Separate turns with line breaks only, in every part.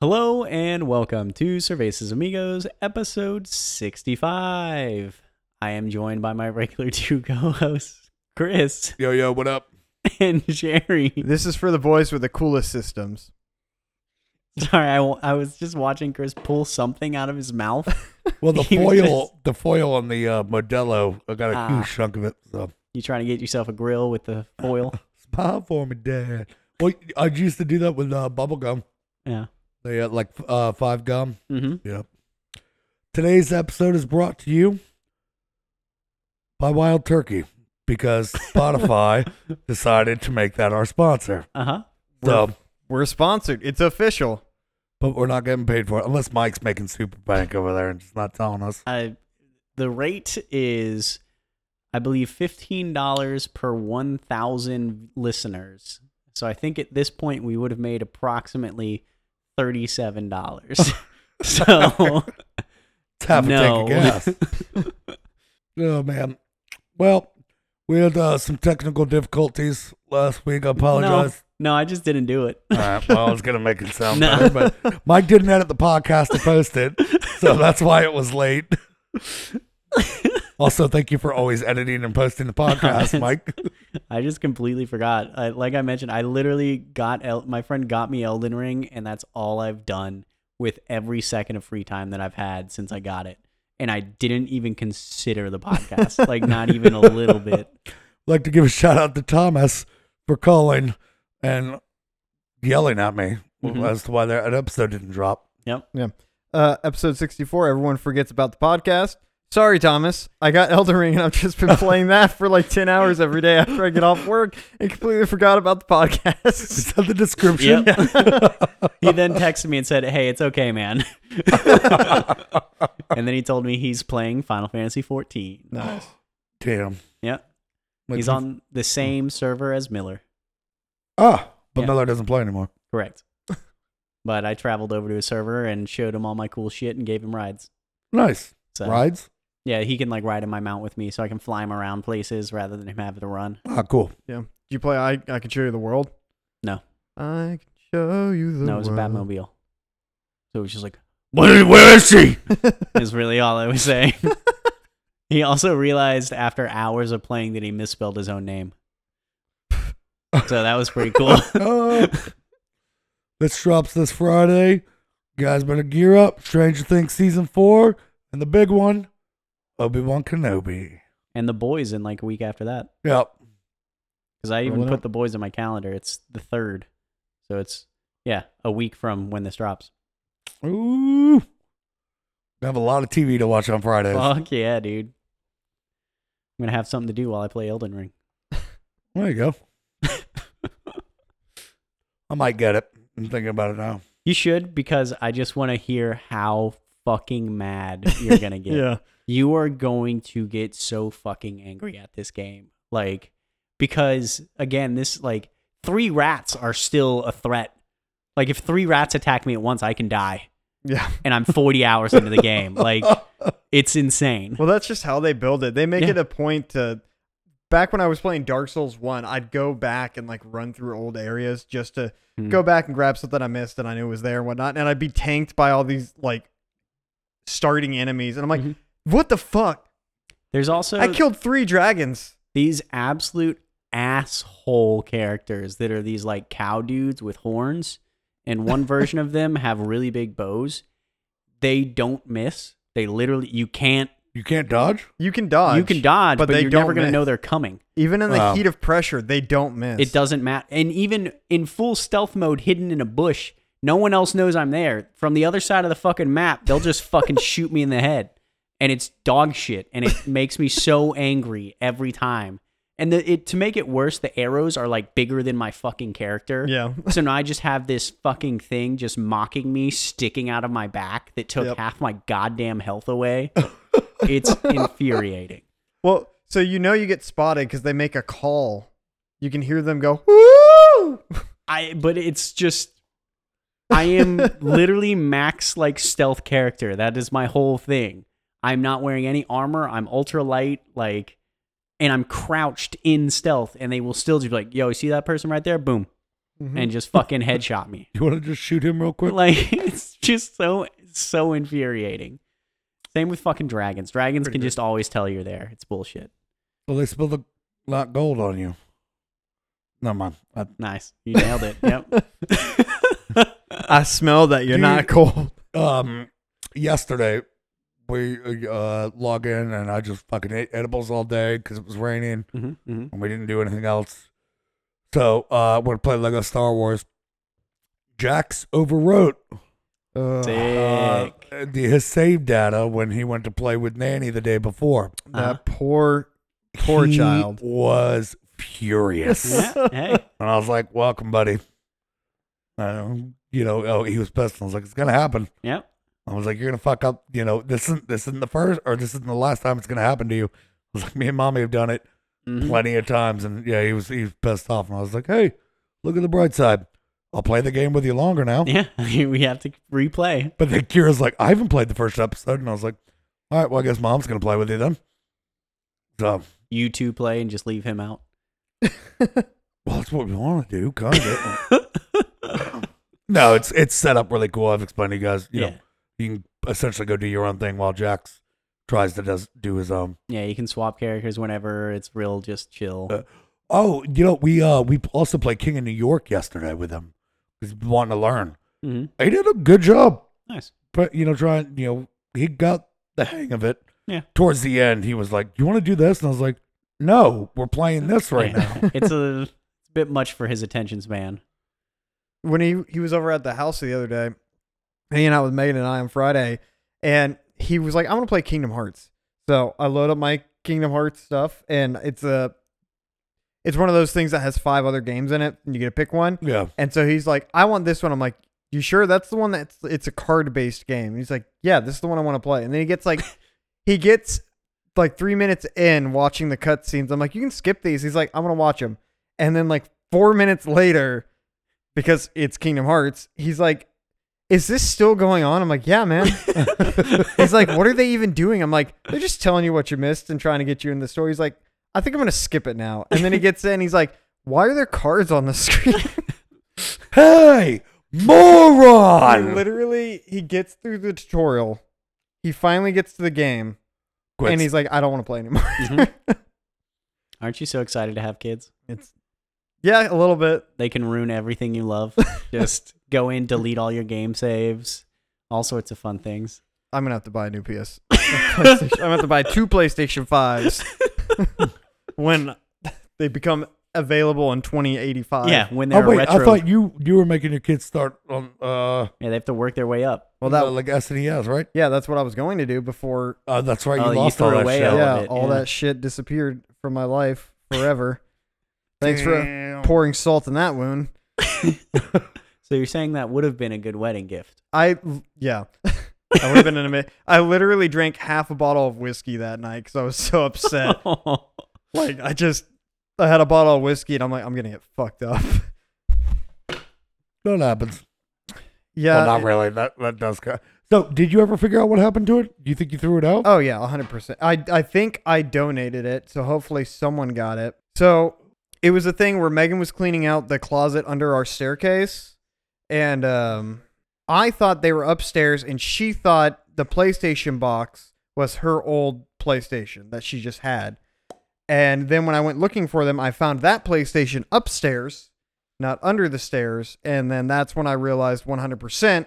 Hello and welcome to Cervezas Amigos, episode 65. I am joined by my regular two co hosts, Chris
Yo, yo, what up?
and Jerry.
This is for the boys with the coolest systems.
Sorry, I, wa- I was just watching Chris pull something out of his mouth.
Well, the
He was
foil, the foil on the uh, Modelo, I got a
Ah.
huge chunk of it. So.
You trying to get yourself a grill with the foil?
Smile for me, Dad. Well, I used to do that with uh, bubble gum.
Yeah.
They had like uh, five gum.
Mm-hmm.
Yep. Today's episode is brought to you by Wild Turkey because Spotify decided to make that our sponsor.
Uh huh.
So,
We're sponsored. It's official.
but we're not getting paid for it unless Mike's making super bank over there and just not telling us.
I the rate is I believe fifteen dollars per one thousand listeners. So I think at this point we would have made approximately thirty seven dollars. so
Let's have
no.
a take a guess. Oh man. Well, we had uh, some technical difficulties last week. I
no,
apologize.
no, I just didn't do it.
All right. Well, I was gonna make it sound
No.
better, but Mike didn't edit the podcast to post it, so that's why it was late. also, thank you for always editing and posting the podcast, Mike.
I just completely forgot. I, like I mentioned, I literally got El- my friend got me Elden Ring, and that's all I've done with every second of free time that I've had since I got it. And I didn't even consider the podcast, like not even a little bit.
like to give a shout out to Thomas for calling and yelling at me
Mhm.
as to why their an episode didn't drop.
Uh, episode 64, everyone forgets about the podcast. Sorry, Thomas. I got Elden Ring and I've just been playing that for like 10 hours every day after I get off work and completely forgot about the podcast.
Is that the description?
Yep. he then texted me and said, "Hey, it's okay, man." and then he told me he's playing Final Fantasy 14.
nice.
Damn.
Yeah.
Makes
He's
me-
on the same server as Miller.
Ah, but
Yeah.
Miller doesn't play anymore.
Correct. But I traveled over to his server and showed him all my cool shit and gave him rides.
Nice
So
rides.
yeah, he can like ride in my mount with me, so I can fly him around places rather than him having to run.
Ah, cool.
Yeah. Do you play I, I Can Show You the World?
No.
I Can Show You the World.
no, it was a Batmobile. So it was just like
Where, where is she?
is really all I was saying. he also realized after hours of playing that he misspelled his own name. So that was pretty cool.
Uh, this drops this Friday. You guys better gear up. Stranger Things season four and the big one, Obi Wan Kenobi.
and the boys in like a week after that.
Yep.
Because I even
Rolling
put
up.
the boys in my calendar. It's the third. So it's yeah, a week from when this drops.
Ooh. We have a lot of TV to watch on Fridays.
Fuck yeah, dude. I'm gonna have something to do while I play Elden Ring.
there you go. I might get it. I'm thinking about it now.
You should because I just want to hear how fucking mad you're gonna get.
Yeah.
you are going to get so fucking angry at this game. Like, because again, this, like, three rats are still a threat. Like, if three rats attack me at once, I can die.
Yeah.
And I'm 40 hours into the game. Like, it's insane.
Well, that's just how they build it. They make
Yeah.
it a point to. Back when I was playing Dark Souls 1, I'd go back and like run through old areas just to
Hmm.
go back and grab something I missed that I knew was there and whatnot. And I'd be tanked by all these like starting enemies. And I'm like,
Mhm.
what the fuck?
There's also
I killed three dragons.
these absolute asshole characters that are these, like, cow dudes with horns. And one version of them have really big bows. They don't miss. They literally, you can't
You can't dodge?
You can dodge.
You can dodge, but,
but they
you're never
don't
going to
miss.
know they're coming.
Even in the
Wow.
heat of pressure, they don't miss.
It doesn't matter. And even in full stealth mode, hidden in a bush, no one else knows I'm there. From the other side of the fucking map, they'll just fucking shoot me in the head. And it's dog shit. And it makes me so angry every time. And the, it, to make it worse, the arrows are like bigger than my fucking character.
Yeah.
So now I just have this fucking thing just mocking me, sticking out of my back that took
Yep.
half my goddamn health away. it's infuriating.
Well, so you know you get spotted because they make a call. You can hear them go, woo!
I but it's just I am literally max like stealth character. That is my whole thing. I'm not wearing any armor. I'm ultra light like and I'm crouched in stealth and they will still just be like, "Yo, you see that person right there? Boom.
Mm-hmm.
and just fucking headshot me.
You want to just shoot him real quick?
Like it's just so so infuriating. Same with fucking dragons. Dragons
Pretty
can
good.
just always tell you're there. It's bullshit.
Well, they spilled a lot of gold on you. Never mind. I,
Nice. You nailed it. Yep.
I smell that you're
Dude.
not cold.
um, yesterday we uh log in and I just fucking ate edibles all day because it was raining
hmm hmm
and we didn't do anything else. So uh, we're playing Lego Star Wars. Jax overwrote
Sick.
uh, the, his save data when he went to play with Nanny the day before.
Uh-huh.
that poor, poor
He
child.
was furious.
Yeah, hey.
And I was like, "Welcome, buddy." Um, you know, oh, he was pissed. I was like, "It's gonna happen."
Yep.
I was like, "You're gonna fuck up." You know, this isn't this isn't the first or this isn't the last time it's gonna happen to you. I was like, "Me and mommy have done it
Mhm.
plenty of times," and yeah, he was he was pissed off. And I was like, "Hey, look at the bright side. I'll play the game with you longer now."
Yeah. we have to replay.
But then Kira's like, "I haven't played the first episode," and I was like, "All right, well, I guess mom's gonna play with you then." So,
You two play and just leave him out.
well, that's what we want to do, kind of. no, it's it's set up really cool. I've explained to you guys, you know,
yeah.
you can essentially go do your own thing while Jax tries to does, do his own.
Yeah, you can swap characters whenever. It's real just chill.
Uh, Oh, you know, we uh we also played King of New York yesterday with him. He's wanting to learn.
hmm
He did a good job,
Nice.
but you know, trying you know he got the hang of it.
Yeah.
Towards the end, he was like, "You want to do this?" And I was like, "No, we're playing this right
Yeah.
now."
it's a bit much for his attention span.
when he he was over at the house the other day, hanging out with Megan and I on Friday, and he was like, "I'm gonna play Kingdom Hearts." So I load up my Kingdom Hearts stuff, and it's a it's one of those things that has five other games in it, and you get to pick one.
Yeah.
And so he's like, "I want this one." I'm like, "You sure that's the one that's it's a card based game?" And he's like, "Yeah, this is the one I want to play." And then he gets like, he gets like three minutes in watching the cutscenes. I'm like, "You can skip these." He's like, "I'm gonna watch them." And then like four minutes later, because it's Kingdom Hearts, he's like, "Is this still going on?" I'm like, "Yeah, man." he's like, "What are they even doing?" I'm like, "They're just telling you what you missed and trying to get you in the story." He's like, "I think I'm gonna skip it now." And then he gets in. He's like, "Why are there cards on the screen?"
Hey,
He
moron!
literally, he gets through the tutorial. He finally gets to the game,
Quits.
and he's like, "I don't want to play anymore."
Mhm. Aren't you so excited to have kids?
It's yeah, a little bit.
They can ruin everything you love. Just go in, delete all your game saves, all sorts of fun things.
I'm gonna have to buy a new PS. PlayStation. I'm gonna have to buy two PlayStation fives when they become available in 2085.
yeah, when
oh
they're
wait,
retro.
I thought you you were making your kids start on uh
yeah, they have to work their way up.
Well, that
uh, like SNES, right?
yeah, that's what I was going to do before.
Uh, that's right.
Oh,
you
you
lost all
threw
that
away
shit.
all of
yeah,
it,
all
yeah.
that shit disappeared from my life forever. Thanks for
Damn.
pouring salt in that wound.
So you're saying that would have been a good wedding gift.
I yeah. I would have been in a minute. I literally drank half a bottle of whiskey that night because I was so upset. like I just, I had a bottle of whiskey and I'm like, I'm gonna get fucked up.
That happens.
Yeah.
well, not really. That that does. Ca- so, did you ever figure out what happened to it? Do you think you threw it out?
Oh yeah, 100%. I I think I donated it, so hopefully someone got it. So, it was a thing where Megan was cleaning out the closet under our staircase and um I thought they were upstairs and she thought the PlayStation box was her old PlayStation that she just had. And then when I went looking for them, I found that PlayStation upstairs, not under the stairs, and then that's when I realized 100%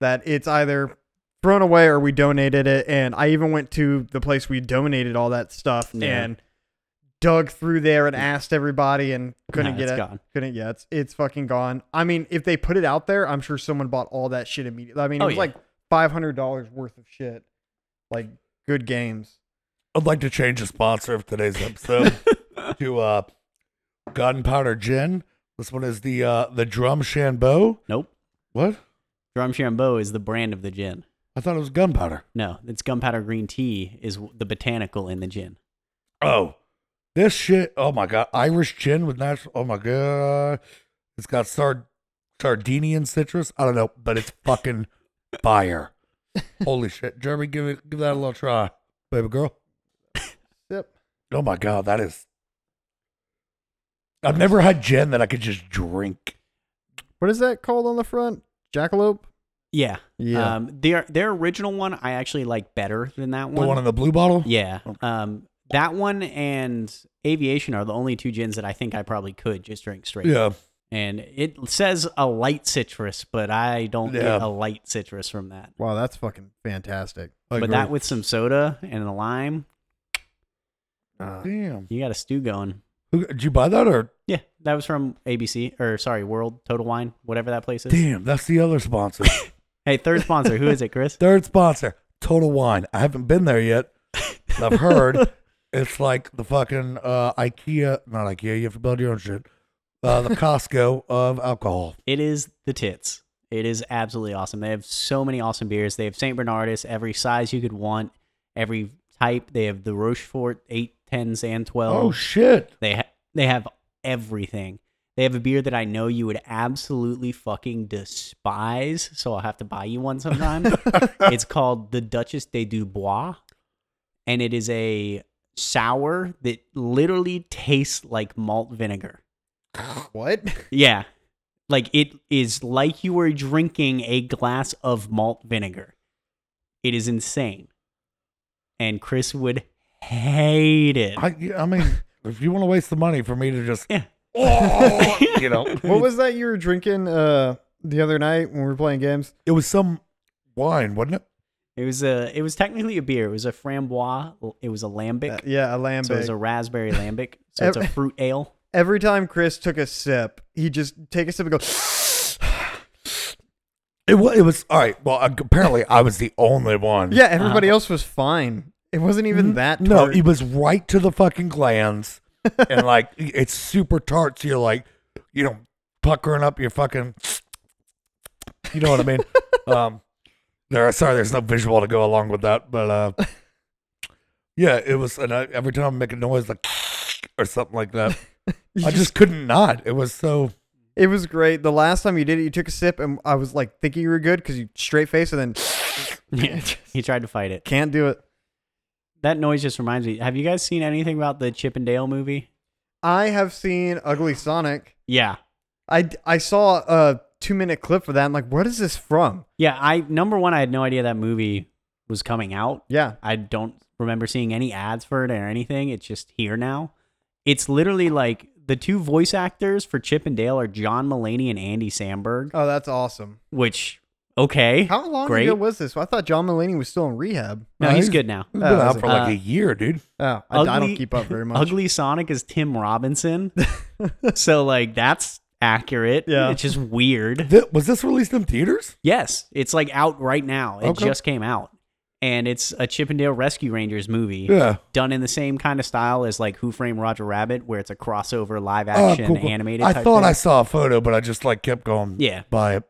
that it's either thrown away or we donated it. And I even went to the place we donated all that stuff
Yeah.
and dug through there and asked everybody and couldn't
Nah,
get
it's
it.
gone.
Couldn't yeah, it's it's fucking gone. I mean, if they put it out there, I'm sure someone bought all that shit immediately. I mean, it
Oh,
was
yeah.
like five hundred dollars worth of shit. Like good games.
I'd like to change the sponsor of today's episode to uh, Gunpowder Gin. This one is the uh, the Drum Shambo.
Nope.
What?
Drum Shambo is the brand of the gin.
I thought it was gunpowder.
No, it's gunpowder green tea is w- the botanical in the gin.
Oh, this shit. Oh my god, Irish gin with natural. Oh my god, it's got sard Sardinian citrus. I don't know, but it's fucking fire. Holy shit, Jeremy, give it give that a little try, baby girl.
Yep.
Oh my god, that is. I've never had gin that I could just drink.
What is that called on the front? Jackalope?
Yeah.
Yeah.
Um, their their original one I actually like better than that
The Oh. one in the blue bottle?
Yeah.
Okay.
Um, that one and aviation are the only two gins that I think I probably could just drink straight.
Yeah.
And it says a light citrus, but I don't get
Yeah.
a light citrus from that.
wow, that's fucking fantastic.
I
but
agree.
that with some soda and a lime,
Uh,
Damn.
you got a stew going.
Who, did you buy that or?
Yeah, that was from ABC or sorry, World Total Wine, whatever that place is.
Damn, that's the other sponsor.
Hey, third sponsor, who is it, Chris?
Third sponsor, Total Wine. I haven't been there yet. I've heard it's like the fucking uh, IKEA, not IKEA. You have to build your own shit. Uh, the Costco of alcohol.
It is the tits. It is absolutely awesome. They have so many awesome beers. They have St. Bernardus, every size you could want, every type. They have the Rochefort 8, 10s, and 12s.
Oh shit!
they, ha- they have everything. They have a beer that I know you would absolutely fucking despise, so I'll have to buy you one sometime. it's called the Duchess de Dubois, and it is a sour that literally tastes like malt vinegar.
what?
Yeah. Like it is like you were drinking a glass of malt vinegar. It is insane. And Chris would hate it.
I, I mean, if you want to waste the money for me to just,
Yeah.
oh, you know,
What was that you were drinking uh, the other night when we were playing games?
it was some wine, wasn't it?
It was a it was technically a beer. It was a framboise. It was a lambic.
Uh, yeah, a lambic.
so it was a raspberry lambic. So it's a
Every-
fruit ale.
Every time Chris took a sip, he just take a sip and go.
It was. It was all right. Well, uh, apparently, I was the only one.
Yeah, everybody else was fine. It wasn't
Mm,
even that. Tart.
No, it was right to the fucking glands, and like it's super tart. So you're like, you know, puckering up your fucking. You know what I mean? um, there. are- Sorry, there's no visual to go along with that, but uh, yeah, it was. And I, every time I make a noise like or something like that,
You
I just couldn't not. It was so.
It was great. The last time you did it, you took a sip, and I was like thinking you were good because you straight face, and then
Yeah. he tried to fight it.
can't do it.
That noise just reminds me. Have you guys seen anything about the Chip and Dale movie?
I have seen Ugly Sonic.
Yeah.
I I saw a two minute clip for that. I'm like, what is this from?
Yeah, I number one, I had no idea that movie was coming out.
Yeah,
I don't remember seeing any ads for it or anything. It's just here now. It's literally like the two voice actors for Chip and Dale are John Mulaney and Andy Samberg,
Oh, that's awesome.
which okay.
How long
Great.
ago was this? Well, I thought John Mulaney was still in rehab.
No, he's good now.
It's
Oh,
been
is
out
it?
for like
Uh,
a year, dude.
Oh, I, I
Ugly-
don't keep up very much.
Ugly Sonic is Tim Robinson. so like that's accurate.
Yeah.
It's just weird.
Th- was this released in theaters?
Yes, it's like out right now. It
Okay.
just came out. And it's a Chip and Dale Rescue Rangers movie.
Yeah.
Done in the same kind of style as like Who Framed Roger Rabbit, where it's a crossover live
Oh,
action
cool, cool.
animated.
I
type
thought
thing.
I saw a photo, but I just like kept going.
Yeah.
By it.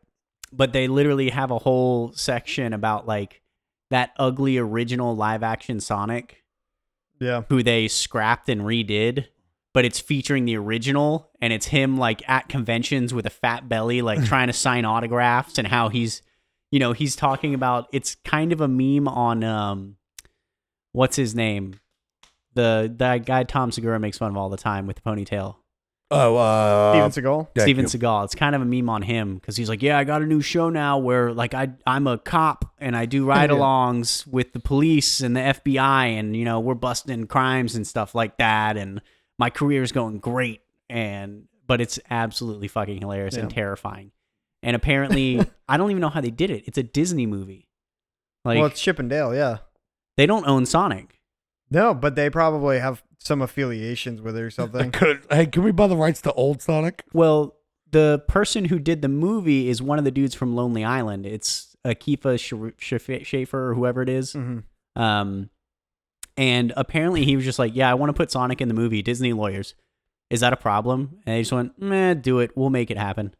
but they literally have a whole section about like that ugly original live action Sonic
yeah.
who they scrapped and redid, but it's featuring the original and it's him like at conventions with a fat belly, like trying to sign autographs and how he's, you know, he's talking about it's kind of a meme on, um, what's his name? The that guy Tom Segura makes fun of all the time with the ponytail.
Oh, uh,
Steven Seagal.
thank
Steven
you.
Seagal. It's kind of a meme on him because he's like, "Yeah, I got a new show now where like I I'm a cop and I do ride-alongs with the police and the FBI and you know we're busting crimes and stuff like that and my career's going great and but it's absolutely fucking hilarious and
Yeah.
terrifying and apparently I don't even know how they did it. It's a Disney movie. Like
well, it's Chip and Dale. Yeah.
they don't own Sonic.
No, but they probably have some affiliations with it or something.
Could, hey, can we buy the rights to Old Sonic?
Well, the person who did the movie is one of the dudes from Lonely Island. It's Akifa Schaefer or whoever it is.
hmm
Um, and apparently he was just like, "Yeah, I want to put Sonic in the movie." Disney lawyers, is that a problem? And they just went, "Meh, do it. We'll make it happen."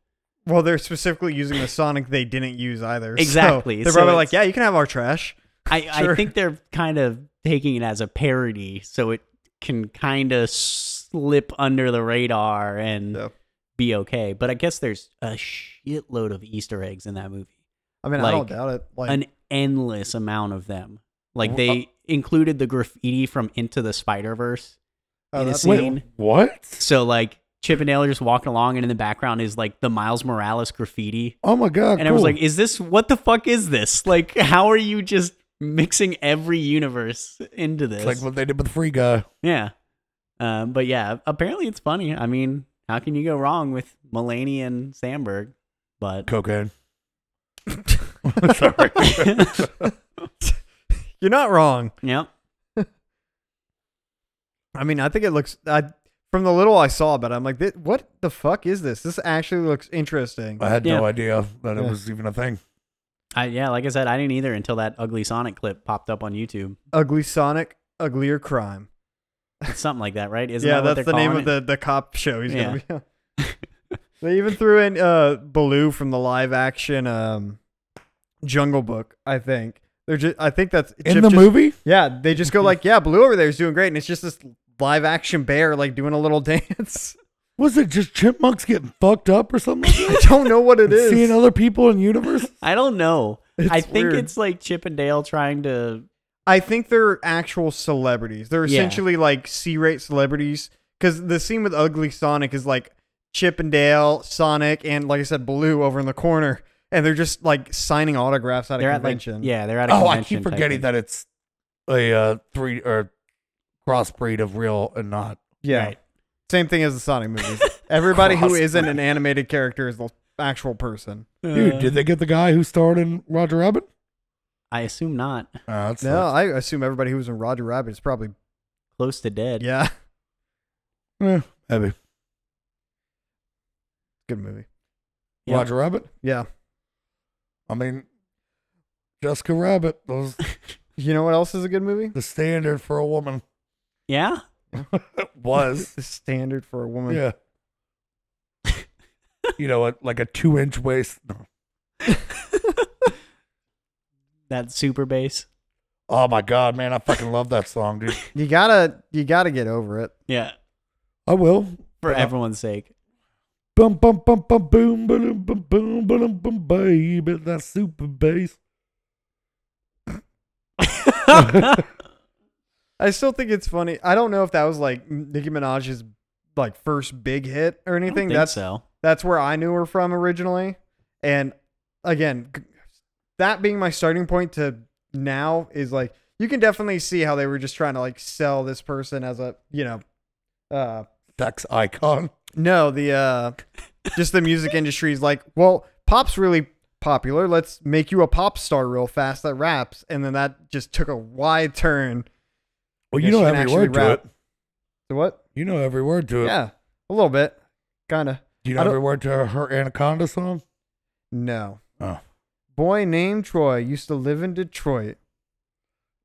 Well, they're specifically using the Sonic they didn't use either. so
Exactly,
they're
so
probably
it's-
like, yeah, you can have our trash.
I, I
Sure.
think they're kind of taking it as a parody, so it can kind of slip under the radar and
Yeah.
be okay. But I guess there's a shitload of Easter eggs in that movie.
I mean, I
Like,
don't doubt it. Like,
an endless amount of them. Like
Wh-
they included the graffiti from Into the Spider Verse
oh,
in a
that's-
scene.
What?
So like Chippendale are just walking along, and in the background is like the Miles Morales graffiti.
Oh my god!
And I was
cool.
like, is this what the fuck is this? Like, how are you just mixing every universe into this?
it's like what they did with Free Guy.
yeah. Um, but yeah, apparently it's funny. I mean, how can you go wrong with Mulaney and Sandberg? But
Cocaine. Sorry.
You're not wrong.
yep.
I mean, I think it looks. I from the little I saw, but I'm like, "Thi- what the fuck is this? This actually looks interesting.
I had
Yeah.
no idea that it
Yeah.
was even a thing.
I, yeah, like I said, I didn't either until that ugly Sonic clip popped up on YouTube.
Ugly Sonic, uglier crime.
It's something like that, right? Isn't
yeah,
that what
that's the
they're
name
calling
of
it?
the the cop show. He's
Yeah.
gonna be. on. they even threw in uh Baloo from the live action um Jungle Book. I think they're just. I think that's
In
Chip
the
just-
movie?
Yeah, they just go like, yeah, Baloo over there is doing great, and it's just this live action bear like doing a little dance.
Was it just chipmunks getting fucked up or something like
I
that?
don't know what it is.
Seeing other people in universe?
I don't know.
It's
I think
weird.
it's like Chip and Dale trying to.
I think they're actual celebrities. They're
Yeah.
essentially like C-rate celebrities because the scene with Ugly Sonic is like Chip and Dale, Sonic, and like I said, Baloo over in the corner, and they're just like signing autographs at a
They're at like
convention.
yeah, they're at a
Oh, I
convention.
keep
type
forgetting
thing.
that it's a uh, three or crossbreed of real and not.
yeah,
Right.
same thing as the Sonic movies. Everybody who
Cross-
isn't an animated character is the actual person.
Dude,
Uh,
did they get the guy who starred in Roger Rabbit?
I assume not.
Uh, that's
No, I assume everybody who was in Roger Rabbit is probably
Close to dead.
yeah,
eh, maybe.
good movie.
Yep.
Roger Rabbit.
Yeah,
I mean, Jessica Rabbit was
you know what else is a good movie?
the standard for a woman.
Yeah.
was
the standard for a woman.
yeah. you know, what? like a two-inch waist.
That super bass.
Oh my god, man! I fucking love that song, dude.
You gotta, you gotta get over it.
Yeah.
I will.
For
Yeah.
everyone's sake.
Bum bum bum bum boom boom boom boom boom boom baby. That super bass.
I still think it's funny. I don't know if that was like Nicki Minaj's like first big hit or
I don't
anything.
think
That's
so.
that's where I knew her from originally. And again, g- that being my starting point to now is like you can definitely see how they were just trying to like sell this person as a you know, uh,
Sex icon.
no the uh, just the music industry is like well pop's really popular. Let's make you a pop star real fast that raps, and then that just took a wide turn.
Well,
Yeah,
you know
she can
every
actually
word
rap.
to it.
To what?
You know every word to it.
Yeah, a little bit, kind of.
Do you
I
know
don't-
every word to her Anaconda song?
No,
Oh.
boy named Troy used to live in Detroit.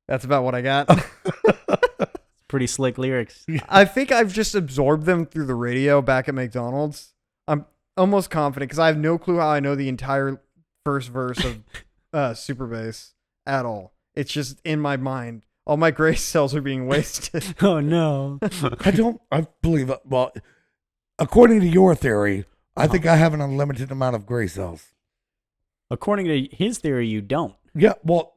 That's about what I got.
Oh.
Pretty slick lyrics.
I think I've just absorbed them through the radio back at McDonald's. I'm almost confident because I have no clue how I know the entire first verse of uh, Super Bass at all. It's just in my mind. All my gray cells are being wasted.
Oh no.
I don't. I believe. Well, according to your theory, I think I have an unlimited amount of gray cells.
According to his theory, you don't.
Yeah, well,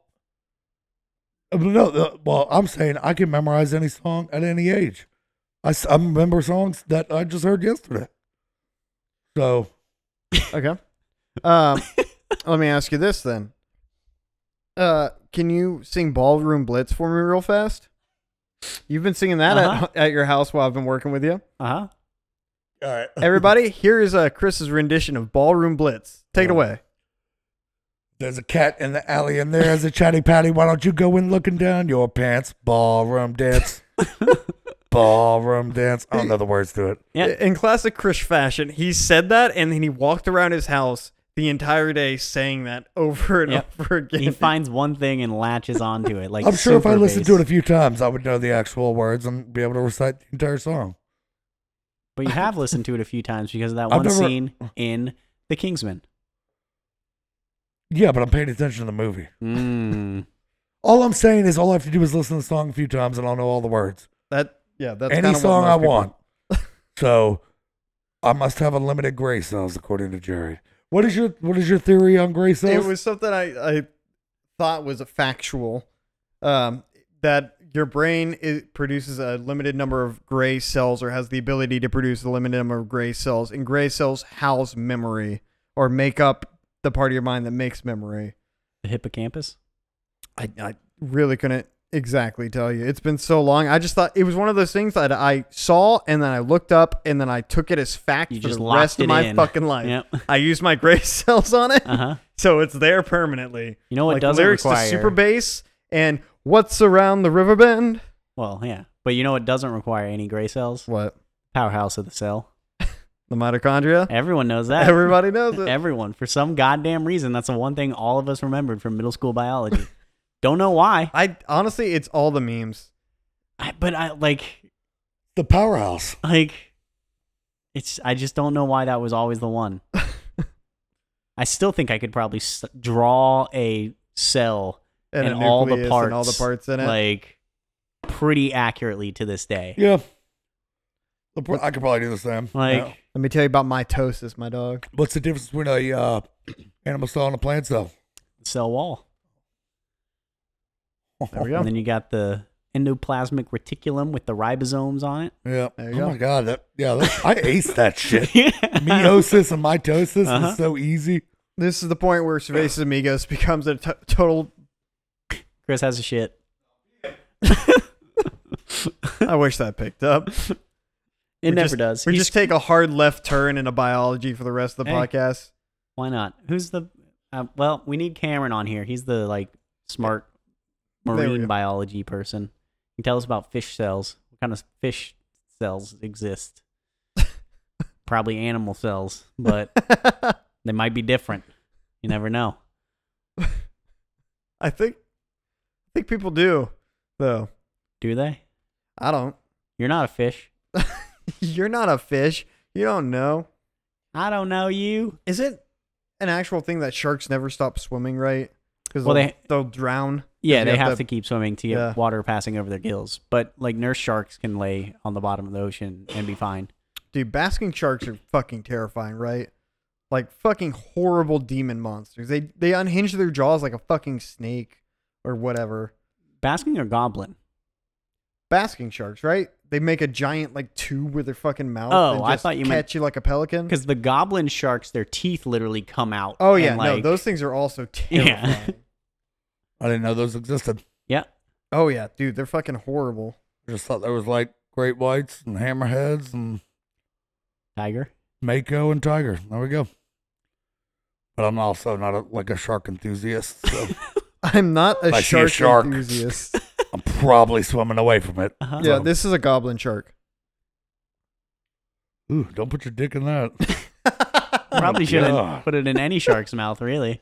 uh, no, the, well, I'm saying I can memorize any song at any age. I, s- I remember songs that I just heard yesterday. So,
Okay. Um, let me ask you this then. Uh, can you sing Ballroom Blitz for me real fast? You've been singing that
Uh-huh.
at, at your house while I've been working with you.
Uh huh.
all right.
Everybody, here is uh, Chris's rendition of Ballroom Blitz. Take it away.
There's a cat in the alley and there's a chatty patty. Why don't you go in looking down your pants? Ballroom dance. Ballroom dance. I don't know the words to it.
Yeah.
In classic Chris fashion, he said that and then he walked around his house the entire day saying that over and
Yep.
over again.
He finds one thing and latches onto it. Like
I'm sure if I
super
listened
bass.
to it a few times, I would know the actual words and be able to recite the entire song.
But you have listened to it a few times because of that
I've
one
never-
scene in The Kingsman.
Yeah, but I'm paying attention to the movie. Hmm.
Mm.
All I'm saying is all I have to do is listen to the song a few times and I'll know all the words.
that yeah, that's
Any
kinda what
song
most
I
people-
want. so I must have unlimited gray cells according to Jerry. What is your what is your theory on gray cells?
It was something I, I thought was factual. Um, that your brain it produces a limited number of gray cells or has the ability to produce a limited number of gray cells and gray cells house memory or make up the part of your mind that makes memory
The hippocampus.
i, I really couldn't exactly tell you it's been so long i just thought it was one of those things that i saw and then i looked up and then i took it as fact
You
for
just
the
locked
rest of
it
my
in.
fucking life
Yep.
i used my gray cells on it
Uh huh.
so it's there permanently
You know what
like
doesn't
lyrics
require
to super bass and what's around the river bend
Well, yeah, but you know what doesn't require any gray cells?
what
Powerhouse of the cell.
the mitochondria
Everyone knows that.
Everybody knows it.
Everyone, for some goddamn reason, that's the one thing all of us remembered from middle school biology. Don't know why,
I honestly, it's all the memes.
I, but I like
The powerhouse.
like it's. I just don't know why that was always the one. I still think I could probably s- draw a cell
And, a
all the
nucleus
parts,
and all the parts in it.
like pretty accurately to this day.
Yeah. The pro- I could probably do the same.
Like
Yeah.
Let me tell you about mitosis, my dog.
what's the difference between a uh, animal cell and a plant cell?
cell wall.
There we
And
go.
then you got the endoplasmic reticulum with the ribosomes on it.
Yeah. Oh
There you go.
my god, that yeah, that, I aced that shit.
yeah.
Meiosis and mitosis
Uh-huh.
is so easy.
This is the point where Cervasis Amigos becomes a t- total.
Chris has a shit.
I wish that picked up.
It
We
never
just-
does.
We
He's-
just take a hard left turn into biology for the rest of the
Hey.
podcast.
why not? Who's the? Uh, well, we need Cameron on here. He's the like smart
There we
marine
go.
biology person. He can tell us about fish cells. What kind of fish cells exist? Probably animal cells, but they might be different. You never know.
I think, I think people do, though.
Do they?
I don't.
You're not a fish.
You're not a fish. You don't know.
I don't know you.
Is it an actual thing that sharks never stop swimming, right? Because
Well,
they'll,
they-
they'll drown.
Yeah,
you
they
have
have, to,
to-
keep swimming to get
Yeah.
water passing over their gills. But like nurse sharks can lay on the bottom of the ocean and be fine.
Dude, basking sharks are fucking terrifying, right? Like fucking horrible demon monsters. They they unhinge their jaws like a fucking snake or whatever.
Basking or goblin?
Basking sharks, right? They make a giant like tube with their fucking mouth.
Oh,
and
I
just
thought you
catch
meant-
you like a pelican.
Because the goblin sharks, their teeth literally come out.
Oh
and,
yeah, no,
like-
those things are also
Yeah.
terrifying.
I didn't know those existed.
Yeah,
oh yeah, dude, they're fucking horrible.
I just thought there was like great whites and hammerheads and
tiger.
mako and tiger. There we go. But I'm also not a, like a shark enthusiast, so
I'm not a
If I see a
shark,
shark-
enthusiast.
I'm probably swimming away from it.
Uh-huh.
yeah,
So-
this is a goblin shark.
Ooh, don't put your dick in that.
Probably
Oh,
shouldn't
God.
put it in any shark's mouth, really.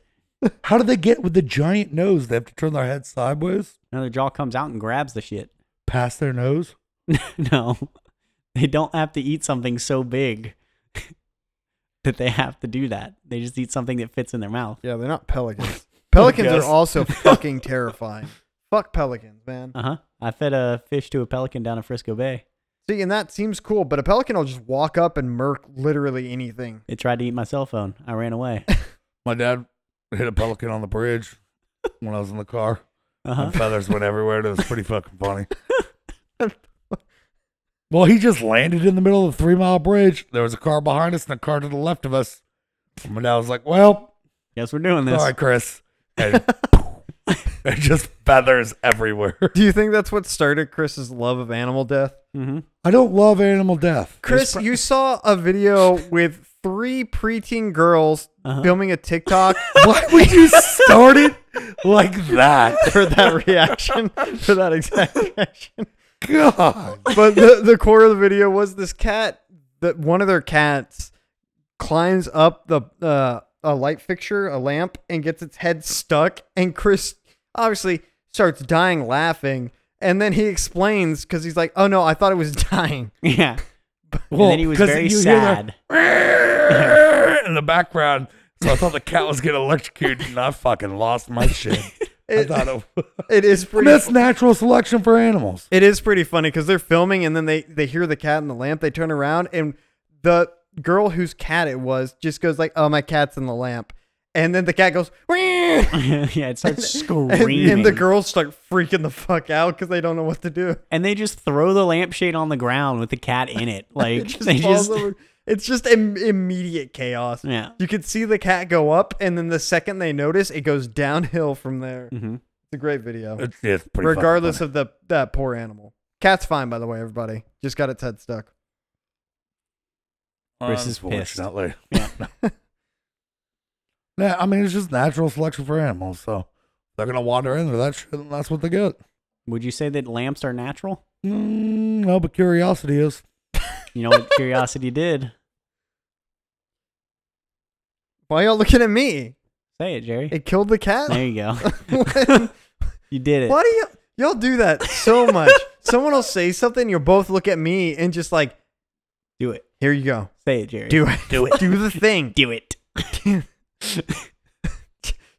How do they get with the giant nose? They have to turn their head sideways
No, their jaw comes out and grabs the shit.
past their nose.
no, they don't have to eat something so big that they have to do that. They just eat something that fits in their mouth.
Yeah, they're not pelicans. Pelicans are
Yes.
also fucking terrifying. Fuck pelicans, man.
Uh huh. I fed a fish to a pelican down in Frisco Bay.
See, and that seems cool, but a pelican will just walk up and murk literally anything.
It tried to eat my cell phone. I ran away.
My dad hit a pelican on the bridge when I was in the car.
Uh
and
huh.
feathers went everywhere. and It was pretty fucking funny. well, he just landed in the middle of the three mile bridge. There was a car behind us and a car to the left of us. And my dad was like, Well,
Guess we're doing
all
this.
right, Chris. And it just feathers everywhere.
Do you think that's what started Chris's love of animal death?
Mm-hmm.
I don't love animal death.
Chris, you saw a video with three preteen girls
Uh-huh.
filming a TikTok
Why would you start it like that?
for that reaction, for that exact reaction.
God.
but the, the core of the video was this cat that one of their cats climbs up the uh, a light fixture, a lamp, and gets its head stuck. And Chris obviously starts dying laughing, and then he explains because he's like, "Oh no, I thought it was dying."
Yeah. and
Well,
then he was
'cause
very
you hear the-
sad.
in the background. So I thought the cat was getting electrocuted, and I fucking lost my shit. I
It-
thought it was.
It is
And
pretty.
that's natural selection for animals.
It is pretty funny because they're filming, and then they they hear the cat in the lamp. They turn around, and the girl whose cat it was just goes like, "Oh, my cat's in the lamp." And then the cat goes, "Meow."
yeah, it starts
and,
screaming.
and the girls start freaking the fuck out because they don't know what to do.
and they just throw the lampshade on the ground with the cat in it. Like they
falls
just
over. It's just Im- immediate chaos.
yeah.
You could see the cat go up, and then the second they notice, it goes downhill from there. It's
hmm
a great video.
It's, it's pretty fucking
Regardless
funny.
of the that poor animal, cat's fine by the way. Everybody just got its head stuck.
Chris is pissed.
Unfortunately.
Um, Yeah.
Yeah, I mean, it's just natural selection for animals. So they're going to wander in there. That shit, and that's what they get.
Would you say that lamps are natural?
Mm, no, but curiosity is.
You know what curiosity did?
Why y'all looking at me?
Say it, Jerry.
It killed the cat.
There you go.
What?
You did it.
Why do you y'all do that so much? Someone will say something, you'll both look at me and just like,
Do it.
here you go.
Say it, Jerry.
Do it.
Do it.
Do the thing.
Do it.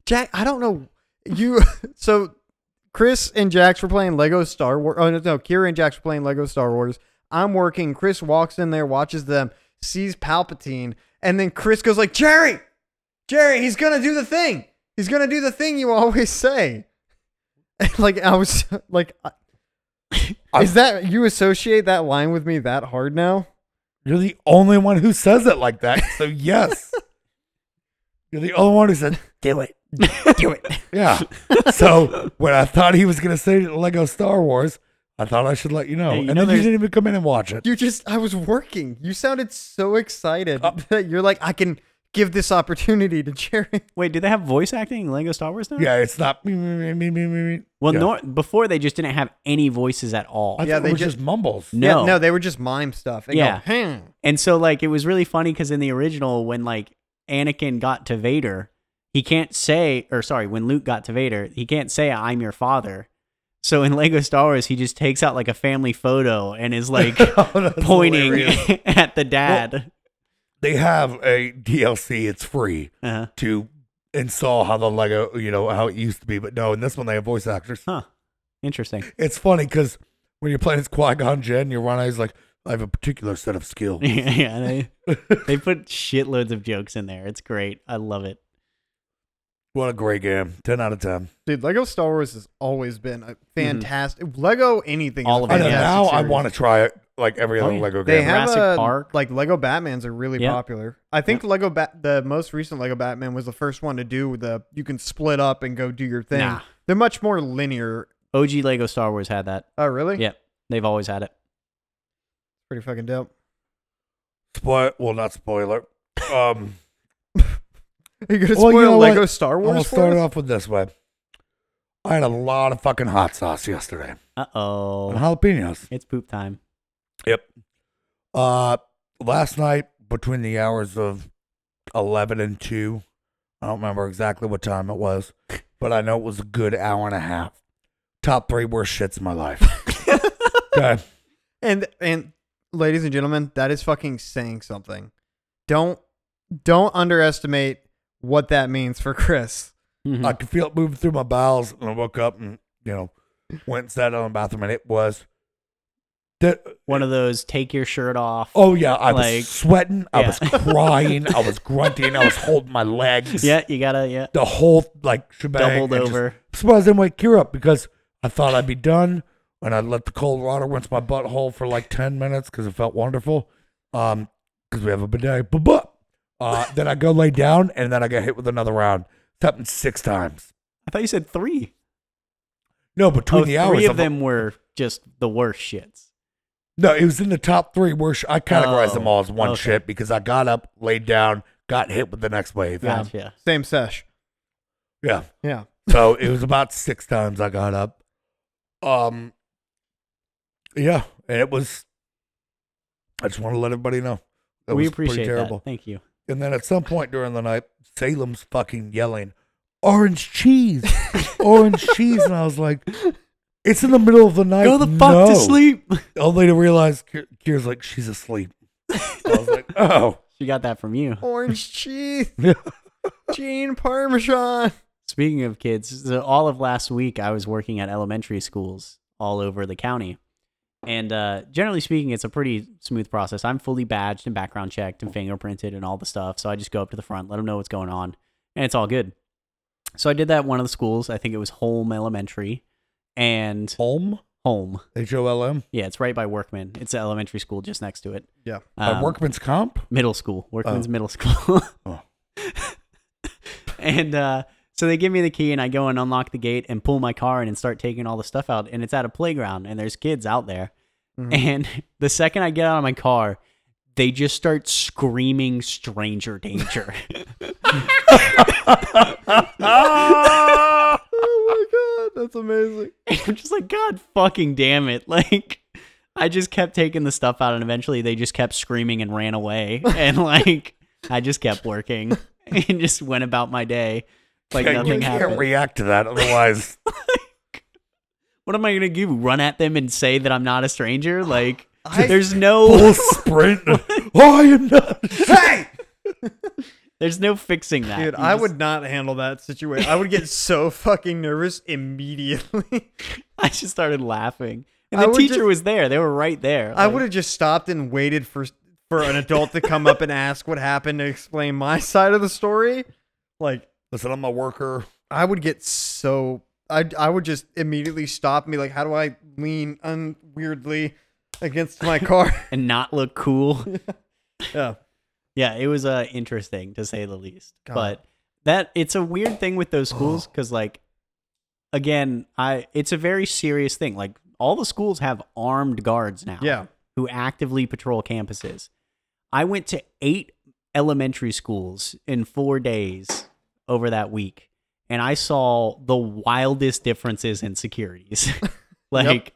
Jack, I don't know you. So Chris and Jax were playing Lego Star Wars. Oh no, no, Kira and Jax were playing Lego Star Wars. I'm working. Chris walks in there, watches them, sees Palpatine, and then Chris goes like, "Jerry, Jerry, he's gonna do the thing. He's gonna do the thing you always say." And, like I was like,
I-
is that you associate that line with me that hard now?
You're the only one who says it like that. So, yes. You're the only one who said, do it.
Do it.
Yeah. So when I thought he was going to say Lego Star Wars, I thought I should let you know.
Hey, you know
and then you
there's-
didn't even come in and watch it.
You just, I was working. You sounded so excited
Uh,
that you're like, I can give this opportunity to Jerry.
Wait, do they have voice acting in Lego Star Wars now?
yeah, it's not me, me, me, me, me, me, me.
Well,
yeah.
nor- before they just didn't have any voices at all.
I
Yeah,
thought
they
it was
ju-
just mumbles.
no.
Yeah, no, they were just mime stuff. They
Yeah.
Go, "Hmm."
And so like it was really funny because in the original, when like Anakin got to Vader, he can't say, or sorry, when Luke got to Vader, he can't say "I'm your father." So in Lego Star Wars, he just takes out like a family photo and is like
Oh, that's
pointing
hilarious.
at the dad.
They have a DLC. It's free
uh,
to install how the Lego, you know, how it used to be. But no, in this one they have voice actors.
huh. Interesting.
It's funny because when you're playing as Qui Gon Jinn, your one eye's like, I have a particular set of skill.
yeah, they, they put shitloads of jokes in there. It's great. I love it.
what a great game! Ten out of ten.
Dude, Lego Star Wars has always been a fantastic. Lego anything.
Mm-hmm. All of
is
it,
a
I know,
yeah.
fantastic
now I
series.
want to try it like every
Oh,
other
yeah.
Lego
They
game.
have
Jurassic
a,
Park.
like Lego Batman's are really
Yeah.
popular. I think Lego Bat, the most recent Lego Batman was the first one to do with the you can split up and go do your thing.
Nah.
They're much more linear.
OG Lego Star Wars had that.
Oh, really?
Yep. They've always had it.
Pretty fucking dope.
Spoil well, not spoiler. Um,
Are you gonna
Well,
spoil
you know what?
Lego Star
I'm
Wars?
gonna
for
start
us?
it off with this way. I had a lot of fucking hot sauce yesterday
Uh
and
oh.
jalapenos.
It's poop time.
Yep. Uh, last night between the hours of eleven and two, I don't remember exactly what time it was, but I know it was a good hour and a half. Top three worst shits in my life. okay.
And and ladies and gentlemen, that is fucking saying something. Don't don't underestimate what that means for Chris.
Mhm.
I could feel it moving through my bowels, and I woke up and you know went and sat down in the bathroom, and it was that
One of those take your shirt off.
Oh yeah, I
Like-
was sweating, I
Yeah.
was crying, I was grunting, I was holding my legs.
Yeah, you gotta yeah.
the whole like shebang.
Doubled
and just-
over.
I'm surprised I didn't wake you up because I thought I'd be done, and I'd let the cold water rinse my butthole for like ten minutes because it felt wonderful. Um, because we have a bidet. But but uh, then I go lay down, and then I get hit with another round. It's happened six times.
I thought you said three.
No, between
Oh,
the hours
three of them were just the worst shits.
No, it was in the top three worst. I categorized
Oh,
them all as one
okay.
shit because I got up, laid down, got hit with the next wave.
Yeah.
Gotcha.
Same sesh.
Yeah.
Yeah.
So it was about six times I got up. Um. Yeah, and it was. I just want to let everybody know that
we
was pretty
appreciate that.
terrible.
Thank you.
And then at some point during the night, Salem's fucking yelling, "Orange cheese, orange cheese," and I was like, "It's in the middle of the night.
Go the fuck
no."
to sleep.
Only to realize Ki- Kira's like she's asleep. I was like, "Oh,
She got that from you.
Orange cheese,
yeah,
Gene Parmesan.
Speaking of kids, so all of last week I was working at elementary schools all over the county. And uh, generally speaking, it's a pretty smooth process. I'm fully badged and background checked and fingerprinted and all the stuff. So I just go up to the front, let them know what's going on. and it's all good. So I did that at one of the schools. I think it was Holm Elementary and
Holm,
Holm.
H O L M,
Yeah, it's right by Workman. It's an elementary school just next to it.
Yeah.
by
Um,
Workman's Comp.
middle school. Workman's middle school.
Oh.
and uh, so they give me the key, and I go and unlock the gate and pull my car in and start taking all the stuff out. And it's at a playground, and there's kids out there.
Mm-hmm.
Mhm.
And the second I get out of my car, they just start screaming "Stranger Danger."
Ah!
oh my god, that's amazing.
And I'm just like, God fucking damn it. Like, I just kept taking the stuff out, and eventually they just kept screaming and ran away. And like, I just kept working and just went about my day like
Yeah, you
nothing
can't
happened.
react to that, otherwise,
what am I going to do? Run at them and say that I'm not a stranger? Like,
I-
there's no
full sprint. oh, you know, hey,
there's no fixing that.
Dude,
You
I
just-
would not handle that situation. I would get so fucking nervous immediately.
I just started laughing. And
I
the
would
teacher
just-
was there. They were right there.
I
Like,
would have just stopped and waited for for an adult to come up and ask what happened to explain my side of the story. Like
listen, I'm a worker.
I would get so I I would just immediately stop and be like, how do I lean un- weirdly against my car?
and not look cool.
yeah.
Yeah, it was uh interesting to say the least.
God.
But that it's a weird thing with those schools cuz like again, I it's a very serious thing. Like all the schools have armed guards now
Yeah.
who actively patrol campuses. I went to 8 elementary schools in 4 days over that week and I saw the wildest differences in securities. like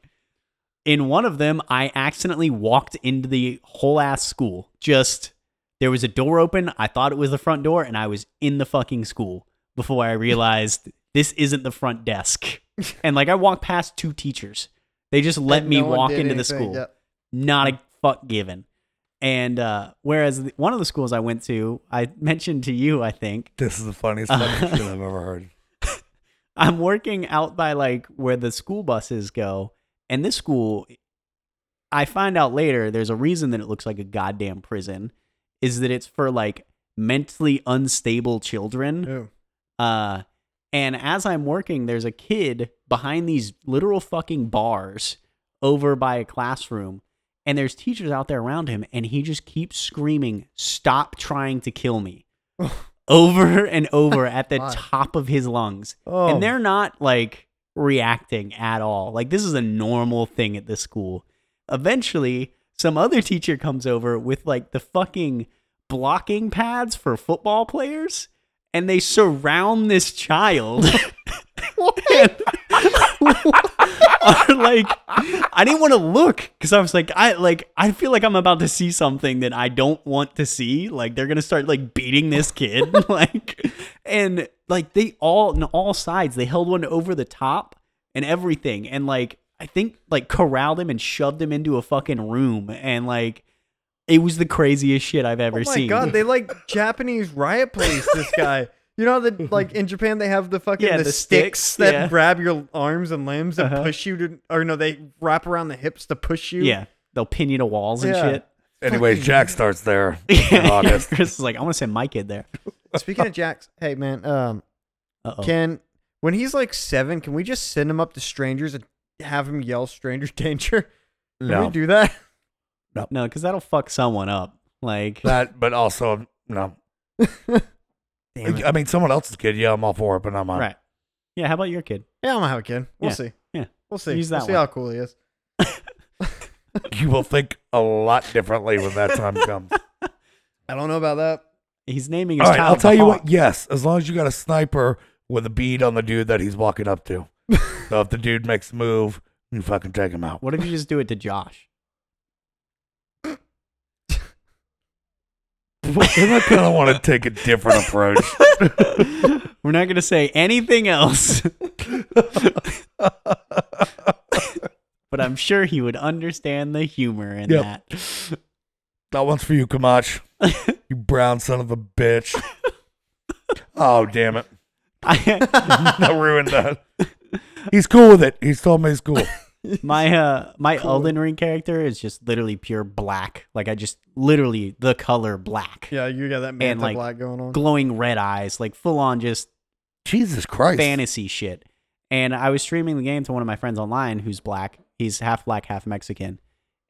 in one of them, I accidentally walked into the whole ass school. Just there was a door open. I thought it was the front door, and I was in the fucking school before I realized this isn't the front desk. And like I walked past two teachers. They just let
And
me
no one
walk
did
into the
anything.
school
Yep.
not a fuck given. And uh, whereas the, one of the schools I went to, I mentioned to you, I think
This is the funniest
Uh-huh.
fucking shit I've ever heard.
I'm working out by like where the school buses go, and this school, I find out later, there's a reason that it looks like a goddamn prison, is that it's for like mentally unstable children.
Ew.
Uh, and as I'm working, there's a kid behind these literal fucking bars over by a classroom, and there's teachers out there around him, and he just keeps screaming, Stop trying to kill me. over and over at the
My.
top of his lungs.
Oh.
And they're not like reacting at all. Like, this is a normal thing at this school. Eventually, some other teacher comes over with like the fucking blocking pads for football players and they surround this child. And are like I didn't want to look because I was like I like I feel like I'm about to see something that I don't want to see. Like they're gonna start like beating this kid, like and like they all on all sides they held one over the top and everything, and like I think like corralled him and shoved him into a fucking room, and like it was the craziest shit I've ever
Oh my
seen.
god, they like Japanese riot police. This guy. You know that like in Japan they have the fucking
Yeah,
the,
the
sticks,
sticks,
that
yeah.
grab your arms and limbs and
Uh-huh.
push you to, or no, they wrap around the hips to push you.
yeah, they'll pin you to walls and
Yeah.
shit.
Anyways, Jack starts there in
Yeah,
August.
Chris is like, I want to send my kid there.
Speaking of Jax, hey man, um,
Uh oh.
can when he's like seven, can we just send him up to strangers and have him yell "Stranger Danger"? Can we
No,
do that?
No, because that'll fuck someone up. Like,
that, but also no.
Damn it.
I mean, someone else's kid. Yeah, I'm all for it, but I'm not.
right? Yeah. How about your kid?
Yeah, I'm gonna have a kid. We'll
Yeah,
see.
yeah.
we'll see.
Use
we'll
that
see
one.
how cool he is.
You will think a lot differently when that time comes.
I don't know about that.
He's naming his
All right,
child.
I'll
the
tell you
Hawk.
what. Yes, as long as you got a sniper with a bead on the dude that he's walking up to. so if the dude makes a move, you fucking take him out.
What if you just do it to Josh?
and I kind of want to take a different approach.
We're not gonna say anything else. but I'm sure he would understand the humor in
Yep.
that.
That one's for you, Kamach. You brown son of a bitch. Oh damn it!
I,
I ruined that. He's cool with it. He's told me he's cool.
My uh my
Cool.
Elden Ring character is just literally pure black. Like I just literally the color black.
yeah, you got that manta
like,
black going on.
Glowing red eyes, like full on just
Jesus Christ.
fantasy shit. And I was streaming the game to one of my friends online who's black. He's half black, half Mexican.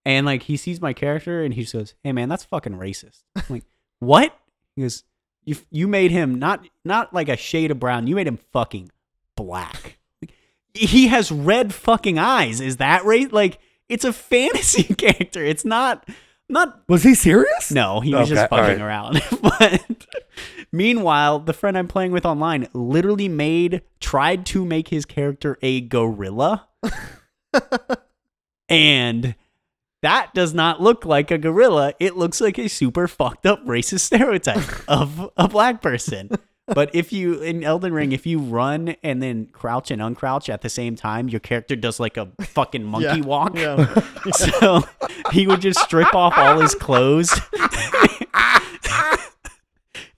And like he sees my character and he just goes, "Hey man, that's fucking racist." I'm like, "What?" He goes, "You you made him not not like a shade of brown. You made him fucking black. Like, he has red fucking eyes. Is that right? Like it's a fantasy character. It's not not
Was he serious?
no, he was just
Okay, all
fucking
right.
around. but meanwhile, the friend I'm playing with online literally made tried to make his character a gorilla. and that does not look like a gorilla. It looks like a super fucked up racist stereotype of a black person. But if you in Elden Ring, if you run and then crouch and uncrouch at the same time, your character does like a fucking monkey
Yeah,
walk.
Yeah.
So he would just strip off all his clothes.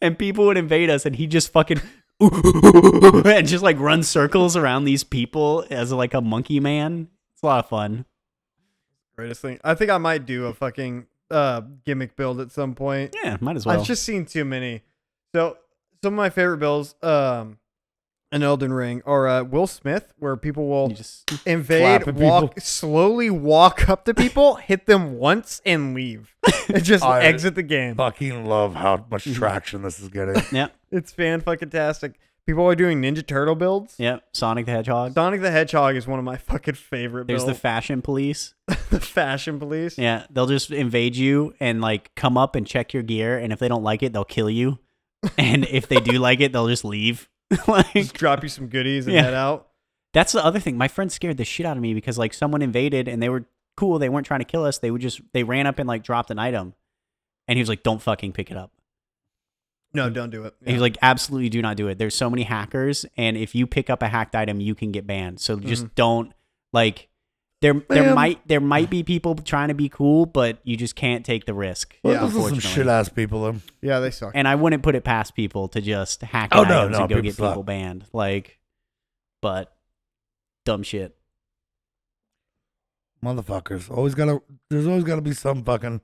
and people would invade us and he just fucking and just like run circles around these people as like a monkey man. It's a lot of fun.
Greatest thing. I think I might do a fucking uh gimmick build at some point.
Yeah, might as well.
I've just seen too many. So some of my favorite builds um in Elden Ring are uh, Will Smith, where people will
You just-
invade,
Clap at
walk slowly walk up to people, hit them once, and leave. And just
I-
exit the game.
Fucking love how much traction this is getting.
Mm-hmm. yeah,
It's fan fucking tastic. People are doing Ninja Turtle builds. Uh,
yeah. Sonic the Hedgehog.
Sonic the Hedgehog is one of my fucking favorite
There's the
builds.
fashion police.
the fashion police.
Yeah, they'll just invade you and like come up and check your gear. And if they don't like it, they'll kill you. And if they do like it, they'll just leave. like
Just drop you some goodies and
Yeah.
head out.
That's the other thing. My friend scared the shit out of me because like someone invaded and they were cool. They weren't trying to kill us. They would just they ran up and like dropped an item, and he was like, "Don't fucking pick it up."
No, don't do it.
He was like, "Absolutely, do not do it." There's so many hackers, and if you pick up a hacked item, you can get banned. So just
Mm-hmm.
don't like. There, there
Man.
might there might be people trying to be cool, but you just can't take the risk.
Well,
Yeah,
those are some
unfortunately.
shit ass people. Then.
yeah, they suck.
And I wouldn't put it past people to just hack
Oh, no,
items
no,
and go
people
get
suck.
people banned. Like, but dumb shit.
Motherfuckers. Always gotta there's always gotta be some fucking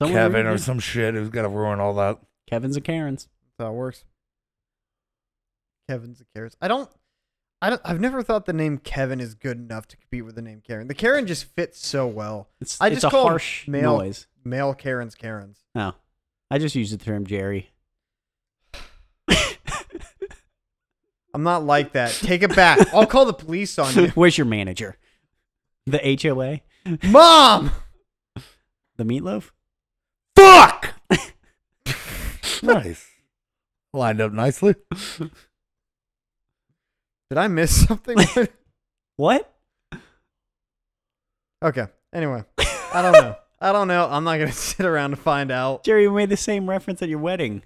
Someone
Kevin
ruined
or
it.
some shit who's gotta ruin all that.
Kevin's and Karens.
That's how it works. Kevin's a Karen. I don't. I don't. I've never thought the name Kevin is good enough to compete with the name Karen. The Karen just fits so well.
It's,
I
it's
just
a
call 'em
harsh
male-
noise.
Male Karens, Karens.
No, I just used the term Jerry.
I'm not like that. Take it back. I'll call the police on you,
Where's your manager? The HOA?
Mom.
The meatloaf?
Fuck Nice. Lined up nicely.
Did I miss something?
What?
okay. Anyway, I don't know. I don't know. I'm not gonna sit around to find out.
Jerry, we made the same reference at your wedding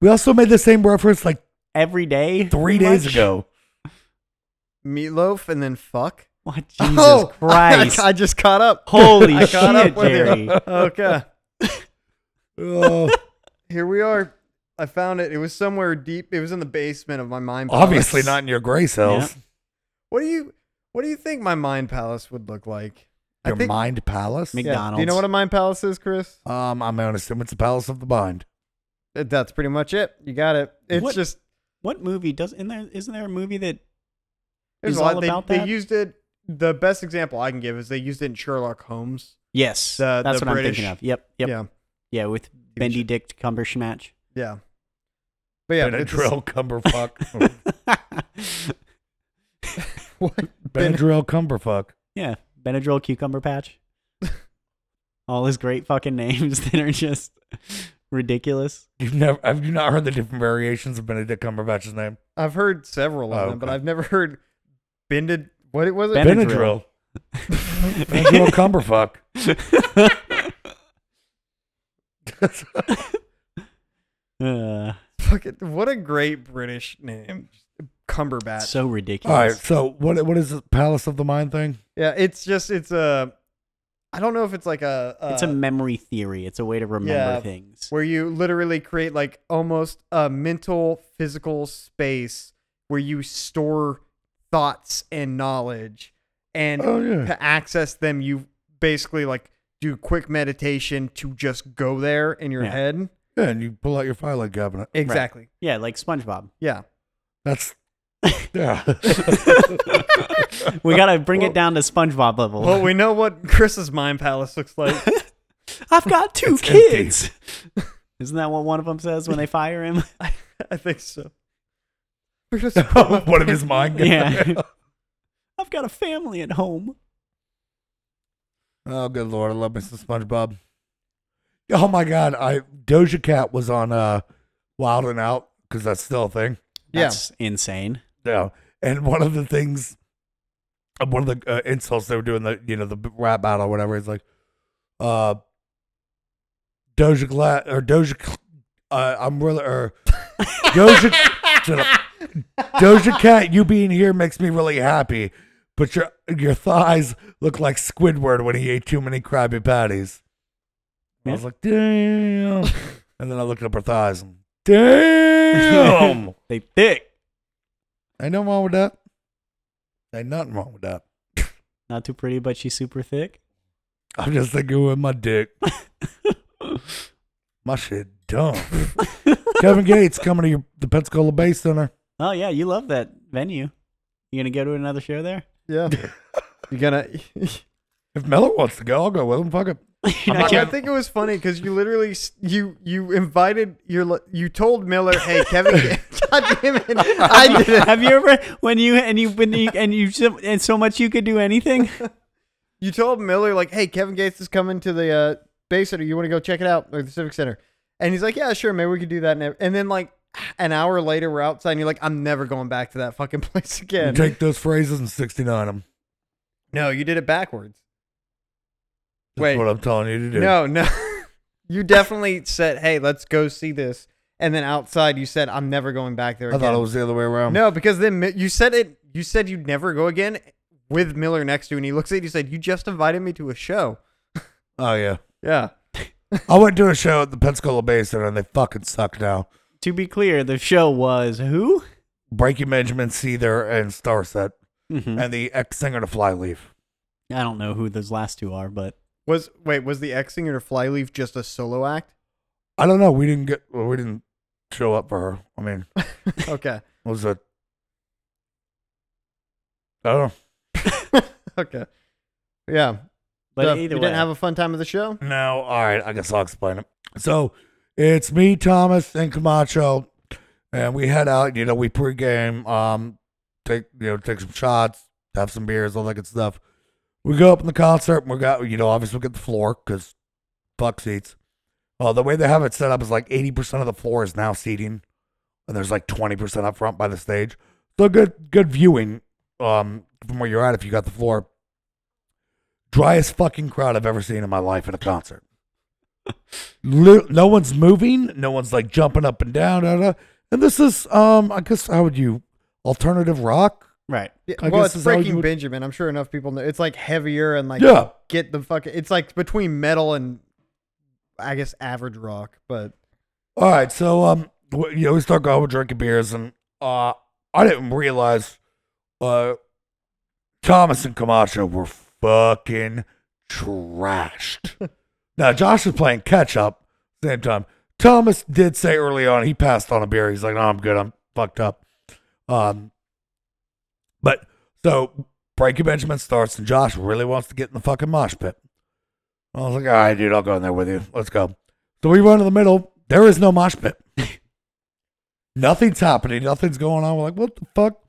We also made the same reference like
every day. pretty
three days
much?
ago.
Meatloaf and then fuck.
What? Jesus
Oh,
Christ.
I, just caught up.
Holy
I
shit,
caught up with you.
Jerry.
Okay.
Oh,
Here we are. I found it. It was somewhere deep. It was in the basement of my mind. Palace.
obviously not in your gray cells.
What do you What do you think my mind palace would look like? I
Your
think-
mind palace.
Mc-
Do you know
McDonald's.
what a mind palace is, Chris?
Um, I'm gonna assume it's the palace of the mind.
That- That's pretty much it. You got it. It's
What-
just
What movie does in there isn't there a movie that
there's
Is
a lot.
all
They,
about
they
that?
used it. The best example I can give is they used it in Sherlock Holmes.
Yes.
The-
that's
the
what
British-
I'm thinking of. Yep. Yep. Yeah,
Yeah.
with Bendy Dick Cumbersnatch.
Yeah. But yeah, it's the s-
Benadryl cumberfuck.
What?
Benadryl cumberfuck.
yeah. Benadryl Cucumber Patch. All his great fucking names that are just ridiculous.
You've never have you not heard the different variations of Benedict Cumberbatch's name?
I've heard several of
Oh,
them, but
okay.
I've never heard bended. What was it?
Ben- Benadryl.
Benadryl cumberfuck.
Uh,
Fucking, what a great British name, Cumberbatch.
so
All right.
ridiculous.
So what what is the palace of the mind thing?
Yeah, it's just it's a. I don't know if it's like a. a
it's
uh,
a memory theory. It's a way to remember
yeah.
things.
where you literally create like almost a mental physical space where you store thoughts and knowledge, and
Oh yeah.
to access them, you basically like do quick meditation to just go there in your
Yeah.
head.
yeah. And you pull out your filing cabinet. Right.
Exactly.
Yeah, like SpongeBob.
Yeah.
That's yeah.
We gotta bring it down to SpongeBob level.
Well, we know what Chris's mind palace looks like.
I've got two
empty.
kids. Isn't that what one of them says when they fire him?
I think so.
One of his mind.
yeah. I've got a family at home.
Oh good lord, I love Mr. SpongeBob. Oh my god, I Doja Cat was on uh Wild and Out because that's still a thing.
Yeah.
That's insane.
Yeah, and one of the things, uh, one of the uh, insults they were doing the you know the rap battle or whatever is like, uh, Doja Cat or Doja, Cl- uh, I'm really or Doja shut up. Doja Cat, you being here makes me really happy, but your your thighs look like Squidward when he ate too many Krabby Patties. And I was like, damn, and then I looked up her thighs. And, damn.
They thick.
Ain't nothing wrong with that. Ain't nothing wrong with that.
Not too pretty, but she's super thick.
I'm just thinking with my dick. my shit dumb. Kevin Gates coming to your, the Pensacola Bay Center.
Oh yeah, you love that venue. You gonna go to another show there?
Yeah. You're gonna.
If Miller wants to go, I'll go with him. Fuck it.
You're not
not
gonna-
I think it was funny because you literally s- you you invited your li- you told Miller, "Hey, Kevin, God damn it, I did it."
have you ever when you and you when you and you so- and so much you could do anything?
You told Miller like, "Hey, Kevin Gates is coming to the uh, Bay Center. You want to go check it out, or the Civic Center?" And he's like, "Yeah, sure, maybe we could do that." And and then like an hour later, we're outside, and you're like, "I'm never going back to that fucking place
You
again."
take those phrases and 69 them.
no, you did it backwards.
That's
Wait.
what I'm telling you to do.
No, no. you definitely said, "Hey, let's go see this," and then outside you said, "I'm never going back there."
I
Again.
thought it was the other way around.
no, because then Mi- you said it. You said you'd never go again with Miller next to, you, and he looks at you. Said, "You just invited me to a show."
Oh, yeah.
Yeah.
I went to a show at the Pensacola Bay Center and they fucking suck now.
to be clear, the show was who?
Breaking Benjamin, Seether, and Starset,
Mm-hmm.
and the ex singer to Flyleaf.
I don't know who those last two are, but
Was wait was the X singer to Flyleaf just a solo act?
I don't know. We didn't get, well, we didn't show up for her. I mean,
Okay.
What was that? I don't
okay. Yeah.
but
So,
either
you
way,
didn't have a fun time of the show.
know. No, all right. I guess I'll explain it. So it's me, Thomas, and Camacho, and we head out. You know, we pregame, um, take you know, take some shots, have some beers, all that good stuff. We go up in the concert, and we got you know, obviously we get the floor because fuck seats. Uh, the way they have it set up is like eighty percent of the floor is now seating, and there's like twenty percent up front by the stage. So good, good viewing um, from where you're at if you got the floor. Driest fucking crowd I've ever seen in my life at a concert. Li- no one's moving. No one's like jumping up and down. Da, da. And this is, um, I guess, how would you alternative rock?
right?
Yeah,
I
well,
guess
it's
is how you
breaking
would-
Benjamin. I'm sure enough people know. It's like heavier and like
yeah,
get the fuck. It's like between metal and I guess average rock, but
All right, so um, w- you know, we start going, we're drinking beers, and uh, I didn't realize uh, Thomas and Camacho were fucking trashed. now Josh is playing catch up. Same time, Thomas did say early on he passed on a beer. He's like, "No, I'm good. I'm fucked up." Um, but so Breaking Benjamin starts, and Josh really wants to get in the fucking mosh pit. I was like, "All right, dude, I'll go in there with you. Let's go." So we run to the middle. There is no mosh pit. Nothing's happening. Nothing's going on. We're like, what the fuck?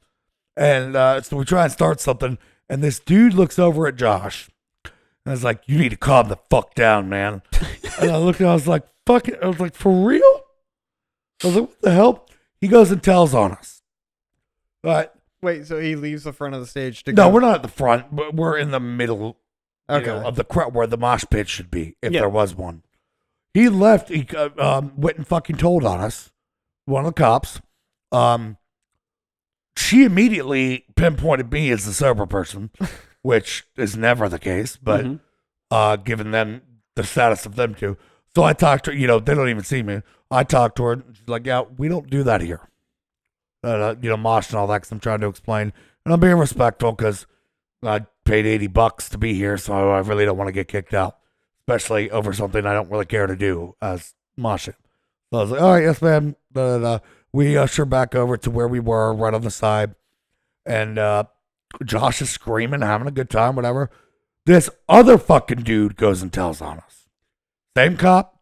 And uh, so we try and start something. And this dude looks over at Josh and is like, you need to calm the fuck down, man. and I looked and I was like, fuck it. I was like, for real? I was like, what the hell? He goes and tells on us. But
wait. So he leaves the front of the stage to
no,
go.
we're not at the front, but we're in the middle you
Okay.
know, of the crowd where the mosh pit should be, if
Yeah.
there was one. He left. He uh, um, went and fucking told on us, one of the cops. Um, she immediately pinpointed me as the sober person, which is never the case, but
Mhm.
uh, given them the status of them two. So I talked to her, you know, they don't even see me. I talked to her, and she's like, yeah, we don't do that here. Uh, you know, mosh and all that, because I'm trying to explain. And I'm being respectful because I paid 80 bucks to be here, so I really don't want to get kicked out, especially over something I don't really care to do as moshing. So I was like, all right, yes, ma'am. Da, da, da. We usher back over to where we were, right on the side. And uh, Josh is screaming, having a good time, whatever. This other fucking dude goes and tells on us. Same cop.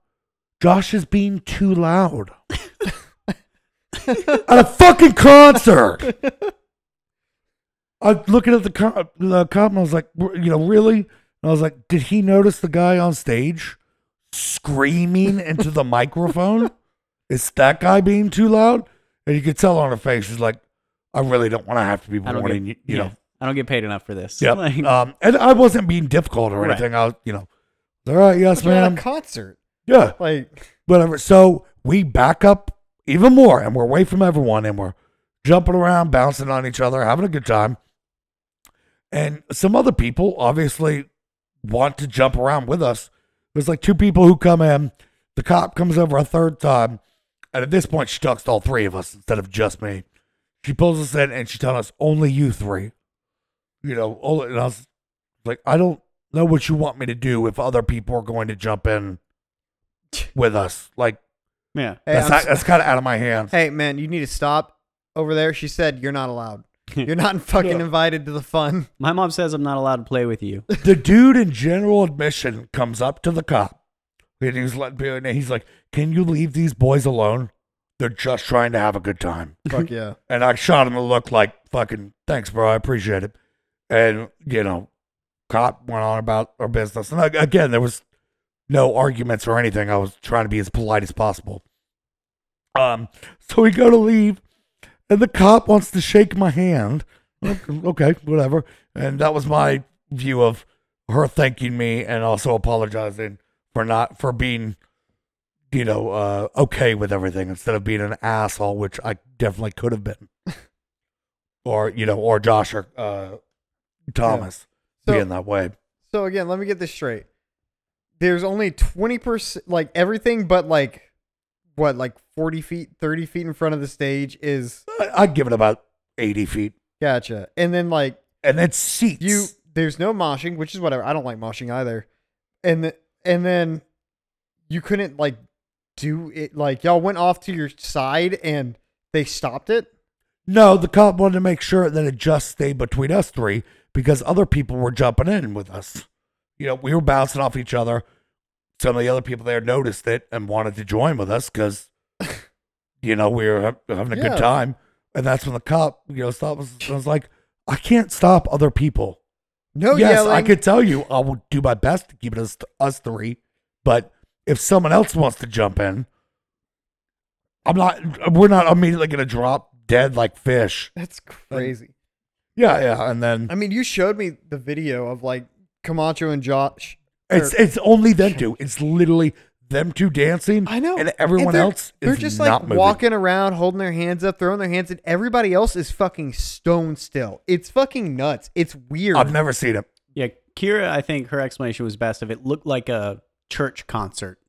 Josh is being too loud at a fucking concert. I'm looking at the cop, the cop and I was like, "Wh- you know, really? And I was like, did he notice the guy on stage screaming into the microphone? Is that guy being too loud? And you could tell on her face, she's like, I really don't want to have to be
I don't
warning you,
get,
you
yeah,
know.
I don't get paid enough for this.
Yeah.
Like,
Uh,
um, and I wasn't being difficult or
Right.
anything. I was, you know, all right, yes,
You're at a
ma'am.
concert.
yeah
Like,
whatever. So we back up even more and we're away from everyone and we're jumping around, bouncing on each other, having a good time. And some other people obviously want to jump around with us. There's like two people who come in. The cop comes over a third time. And at this point, she talks to all three of us instead of just me. She pulls us in and she tells us, only you three. You know, all, and I was like, I don't know what you want me to do if other people are going to jump in with us. Like,
yeah.
hey,
that's,
I'm
not,
s-
that's kind of out of my hands.
hey, man, you need to stop over there. She said you're not allowed. You're not fucking
Yeah.
invited to the fun.
My mom says I'm not allowed to play with you.
the dude in general admission comes up to the cop and he's like, and he's like, "Can you leave these boys alone? They're just trying to have a good time."
Fuck yeah.
And I shot him a look like, "Fucking thanks, bro. I appreciate it." And you know, cop went on about our business. And ag- again, there was no arguments or anything. I was trying to be as polite as possible. Um, so we go to leave, and the cop wants to shake my hand. okay, whatever. And that was my view of her thanking me and also apologizing for not for being, you know, uh, okay with everything instead of being an asshole, which I definitely could have been, or you know, or Josh or uh, Thomas
So-
being that way.
So again, let me get this straight. There's only twenty percent, like everything, but like what, like forty feet, thirty feet in front of the stage is
I- I'd give it about eighty feet,
gotcha. And then like
and it's seats.
you, there's no moshing, which is whatever. I don't like moshing either. And the, and then you couldn't like do it. Like y'all went off to your side and they stopped it.
no, the cop wanted to make sure that it just stayed between us three because other people were jumping in with us. You know, we were bouncing off each other. Some of the other people there noticed it and wanted to join with us because, you know, we were ha- having a
Yeah.
good time. And that's when the cop, you know, stopped us and was like, "I can't stop other people."
No
yes,
yelling.
I could tell you, I will do my best to keep it us, us three. But if someone else wants to jump in, I'm not. We're not immediately going to drop dead like fish.
That's crazy.
Yeah, yeah. And then
I mean, you showed me the video of like Camacho and Josh. or-
it's it's only them two. It's literally them two dancing.
I know.
and everyone
they're-
else is
they're just
not
like
moving.
walking around, holding their hands up, throwing their hands, and everybody else is fucking stone still. It's fucking nuts. It's weird.
I've never seen it.
Yeah, Kira, I think her explanation was best if it looked like a church concert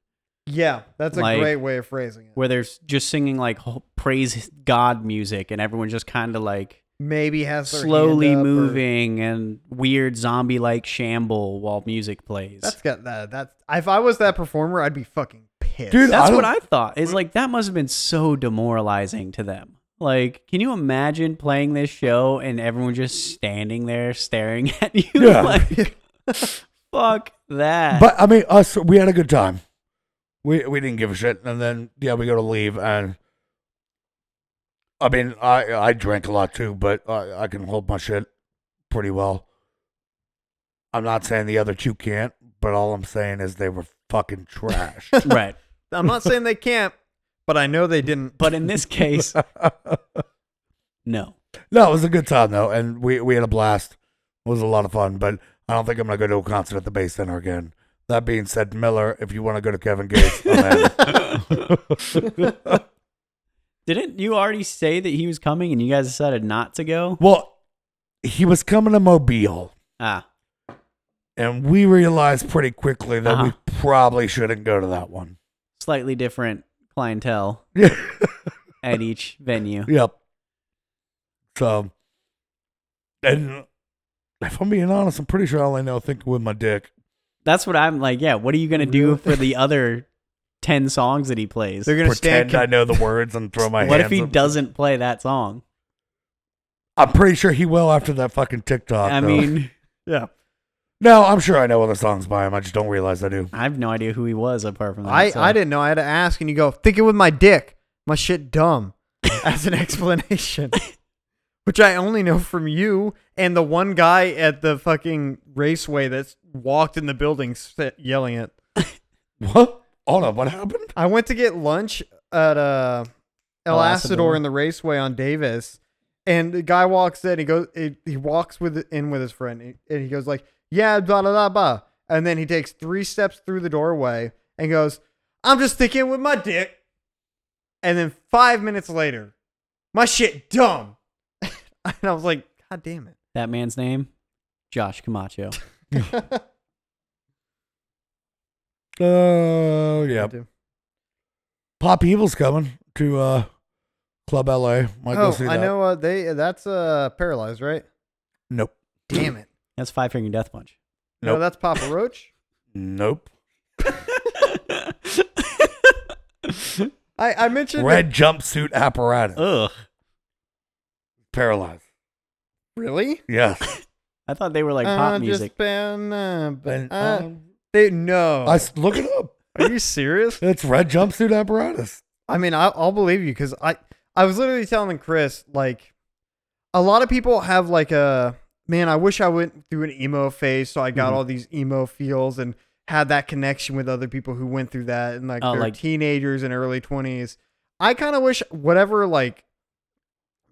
yeah, that's a
Like-
great way of phrasing it.
where there's just singing like ho- praise God music and everyone just kind of like
Maybe has their hand
slowly
up or-
moving and weird zombie like shamble while music plays.
that's got that. That's if I was that performer, I'd be fucking pissed.
Dude,
That's
I
what
don't-
I thought. It's like that must have been so demoralizing to them. Like, can you imagine playing this show and everyone just standing there staring at you?
Yeah.
like, fuck that.
But I mean, us we had a good time. We we didn't give a shit, and then yeah, we go to leave, and I mean, I I drank a lot too, but I I can hold my shit pretty well. I'm not saying the other two can't, but all I'm saying is they were fucking trash.
right.
I'm not saying they can't, but I know they didn't.
But in this case, no.
no, it was a good time though, and we we had a blast. It was a lot of fun, but I don't think I'm gonna go to a concert at the Bay Center again. That being said, Miller, if you want to go to Kevin Gates, I'm in.
Didn't you already say that he was coming and you guys decided not to go?
Well, he was coming to Mobile,
Ah,
and we realized pretty quickly that
Uh-huh.
we probably shouldn't go to that one.
slightly different clientele at each venue.
yep. So, and If I'm being honest, I'm pretty sure all I know thinking with my dick.
That's what I'm like. Yeah, what are you gonna do for the other ten songs that he plays?
They're gonna stand.
Pretend
Con-
I know the words and throw my
What
hands
if he
up.
doesn't play that song?
I'm pretty sure he will after that fucking TikTok.
I
though.
mean,
yeah.
no, I'm sure I know other songs by him. I just don't realize I do.
I have no idea who he was apart from that.
I,
so-
I didn't know. I had to ask, and you go thinking with my dick. My shit dumb as an explanation, which I only know from you and the one guy at the fucking raceway that's walked in the building sit- yelling it.
What? Hold on, what happened?
I went to get lunch at uh, El
El
Asador
Asador.
in the raceway on Davis, and the guy walks in. He goes, he, he walks with in with his friend, and he goes like, "Yeah, blah blah blah blah," and then he takes three steps through the doorway and goes, "I'm just thinking with my dick," and then five minutes later, my shit dumb, and I was like, "God damn it!"
That man's name, Josh Camacho.
Oh, yeah. Pop Evil's coming to uh, Club LA. Might go
oh,
see
I
that.
know. Uh, they that's uh paralyzed, right?
Nope.
Damn it!
That's Five Finger Death Punch.
No,
Nope.
that's Papa Roach.
Nope.
I, I mentioned
Red jumpsuit apparatus.
Uh.
Ugh.
Paralyzed.
Really?
Yes.
I thought they were like pop music.
Just been, uh,
And,
uh,
um,
they no.
I s- look it up.
Are you serious?
It's red jumpsuit apparatus.
I mean, I, I'll believe you because I I was literally telling Chris like a lot of people have like a man. I wish I went through an emo phase so I got
Mm-hmm.
Mhm.
all these emo feels and had that connection with other people who went through that and like
Oh,
they're
like-
teenagers and early twenties. I kind of wish whatever like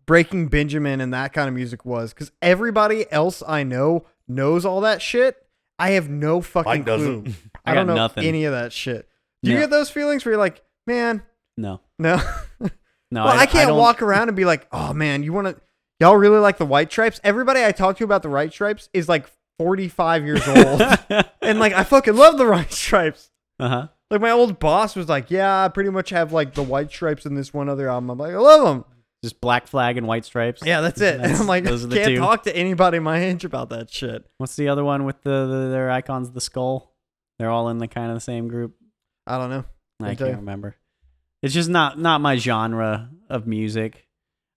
Breaking Benjamin and that kind of music was because everybody else I know knows all that shit. I have no fucking
Mike
clue.
doesn't.
I,
I
don't
got
know
nothing.
any of that shit. Do you
No.
get those feelings where you're like, man,
No,
no?
no.
well, I, can't
don't-
walk around and be like, oh man, you want to, y'all really like the white stripes? Everybody I talk to about the white stripes is like 45 years old. and like, I fucking love the white stripes.
uh-huh.
Like, my old boss was like, yeah, I pretty much have like the white stripes in this one other album. I'm like, I love them.
Just black flag and white stripes.
Yeah, that's it. and
That's-
I'm like,
those are the
can't
two.
talk to anybody my age about that shit.
What's the other one with the, the their icons? The skull. They're all in the kind of the same group.
I don't know.
I
Okay.
can't remember. It's just not not my genre of music.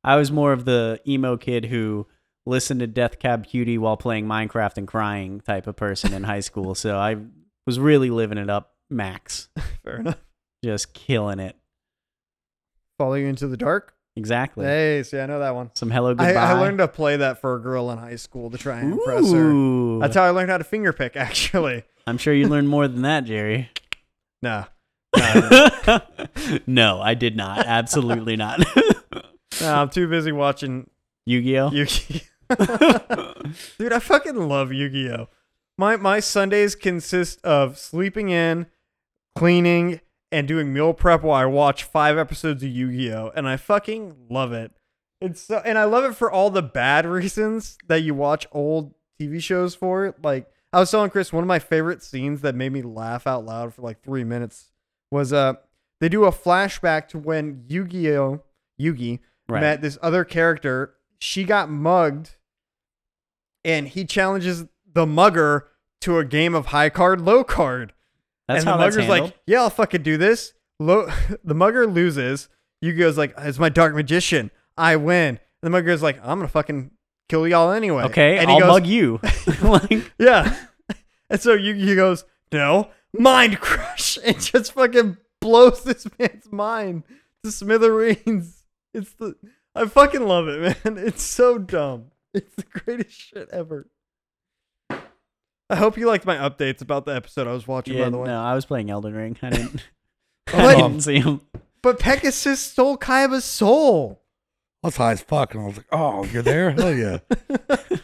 I was more of the emo kid who listened to Death Cab Cutie while playing Minecraft and crying type of person in high school. So I was really living it up, max,
Fair enough.
just killing it.
Follow you into the dark.
Exactly.
Hey, see, I know that one.
Some hello
I,
goodbye.
I learned to play that for a girl in high school to try and impress her.
Ooh.
That's how I learned how to finger pick, actually.
I'm sure you learned more than that, Jerry.
No.
no, I did not. Absolutely not.
No, I'm too busy watching
Yu-Gi-Oh.
Yu-Gi-Oh. Dude, I fucking love Yu-Gi-Oh. My my Sundays consist of sleeping in, cleaning, and doing meal prep while I watch five episodes of Yu-Gi-Oh, and I fucking love it. It's so and I love it for all the bad reasons that you watch old TV shows for. Like I was telling Chris, one of my favorite scenes that made me laugh out loud for like three minutes was uh they do a flashback to when Yu-Gi-Oh Yugi
Right.
met this other character. She got mugged, and he challenges the mugger to a game of high card, low card.
That's
and
how
the
that's
mugger's
handled.
like, "Yeah, I'll fucking do this." Low, the mugger loses. Yu-Gi-Oh's like, "It's my dark magician. I win." And the mugger's like, "I'm gonna fucking kill y'all anyway."
okay,
and
I'll
he goes,
mug you. like,
yeah. And so Yugi goes, no, mind crush, and just fucking blows this man's mind to smithereens. It's the, I fucking love it, man. It's so dumb. It's the greatest shit ever. I hope you liked my updates about the episode I was watching,
yeah,
by the way.
no, Um, I was playing Elden Ring. I didn't. I
What?
didn't see him.
But Pegasus stole Kaiba's soul.
That's high as fuck. And I was like, oh, you're there? Hell yeah. Because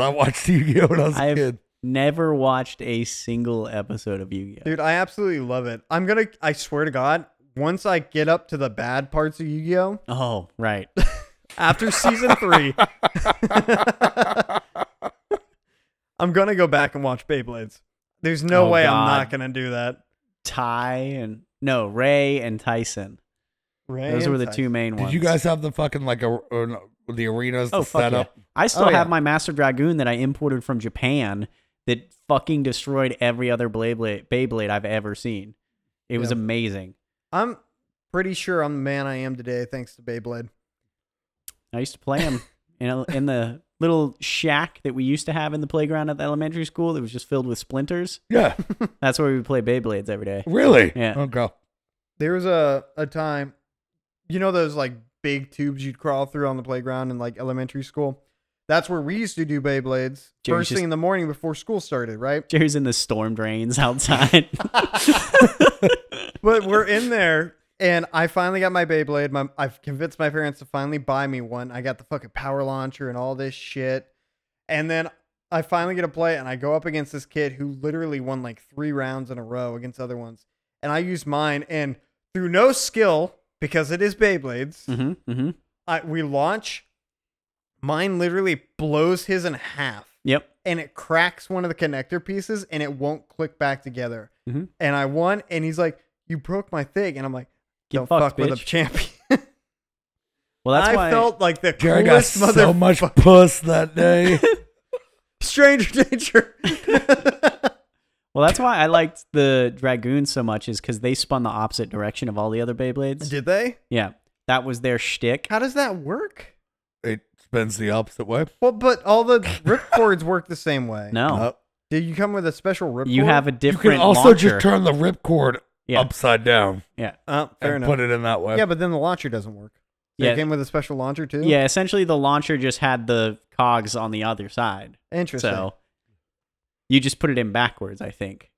I watched Yu Gi Oh! when I was a
I've-
kid.
Never watched a single episode of Yu-Gi-Oh.
Dude, I absolutely love it. I'm gonna, I swear to God, once I get up to the bad parts of Yu Gi Oh!
Oh, right.
after season three, I'm gonna go back and watch Beyblades. There's no
Oh,
way I'm
God.
not gonna do that.
Ty and no Ray and Tyson.
Ray
Those
and
were the
Tyson.
two main
Did
ones.
you guys have the fucking, like, a, or, no, the arenas,
Oh
the
fuck yeah.
setup.
I still
Oh,
have
yeah.
my Master Dragoon that I imported from Japan that fucking destroyed every other Beyblade, Beyblade I've ever seen. It was
Yeah.
amazing.
I'm pretty sure I'm the man I am today thanks to Beyblade.
I used to play them in, a- in the little shack that we used to have in the playground at the elementary school that was just filled with splinters.
Yeah,
That's where we would play Beyblades every day.
really. Oh,
Yeah.
Okay.
There was a, a time, you know, those like big tubes you'd crawl through on the playground in like elementary school? That's where we used to do Beyblades
Dude,
first
just-
thing in the morning before school started, right?
Jerry's in the storm drains outside.
But we're in there, and I finally got my Beyblade. My, I've convinced my parents to finally buy me one. I got the fucking power launcher and all this shit. And then I finally get to play, and I go up against this kid who literally won like three rounds in a row against other ones. And I used mine, and through no skill, because it is Beyblades,
hmm hmm
I, we launch. Mine literally blows his in half
Yep.
and it cracks one of the connector pieces and it won't click back together.
Mhm.
And I won, and he's like, "You broke my thing," and I'm like,
Get
"Don't
fucked,
fuck with a
bitch."
champion."
Well, that's
I
why
felt like the
Jerry got
coolest mother,
so much puss that day.
stranger danger.
Well, that's why I liked the dragoons so much is because they spun the opposite direction of all the other Beyblades.
Did they?
Yeah, that was their shtick.
How does that work?
it spins the opposite way.
Well, but all the rip cords work the same way.
No,
Nope.
Did you come with a special rip?
you
cord?
have a
you can
different.
also
launcher.
just turn the ripcord
Yeah,
upside down
yeah,
Oh, fair
and
enough.
put it in that way.
yeah, but then the launcher doesn't work. So
yeah,
You came with a special launcher too.
yeah. Essentially, the launcher just had the cogs on the other side,
Interesting.
so you just put it in backwards, I think,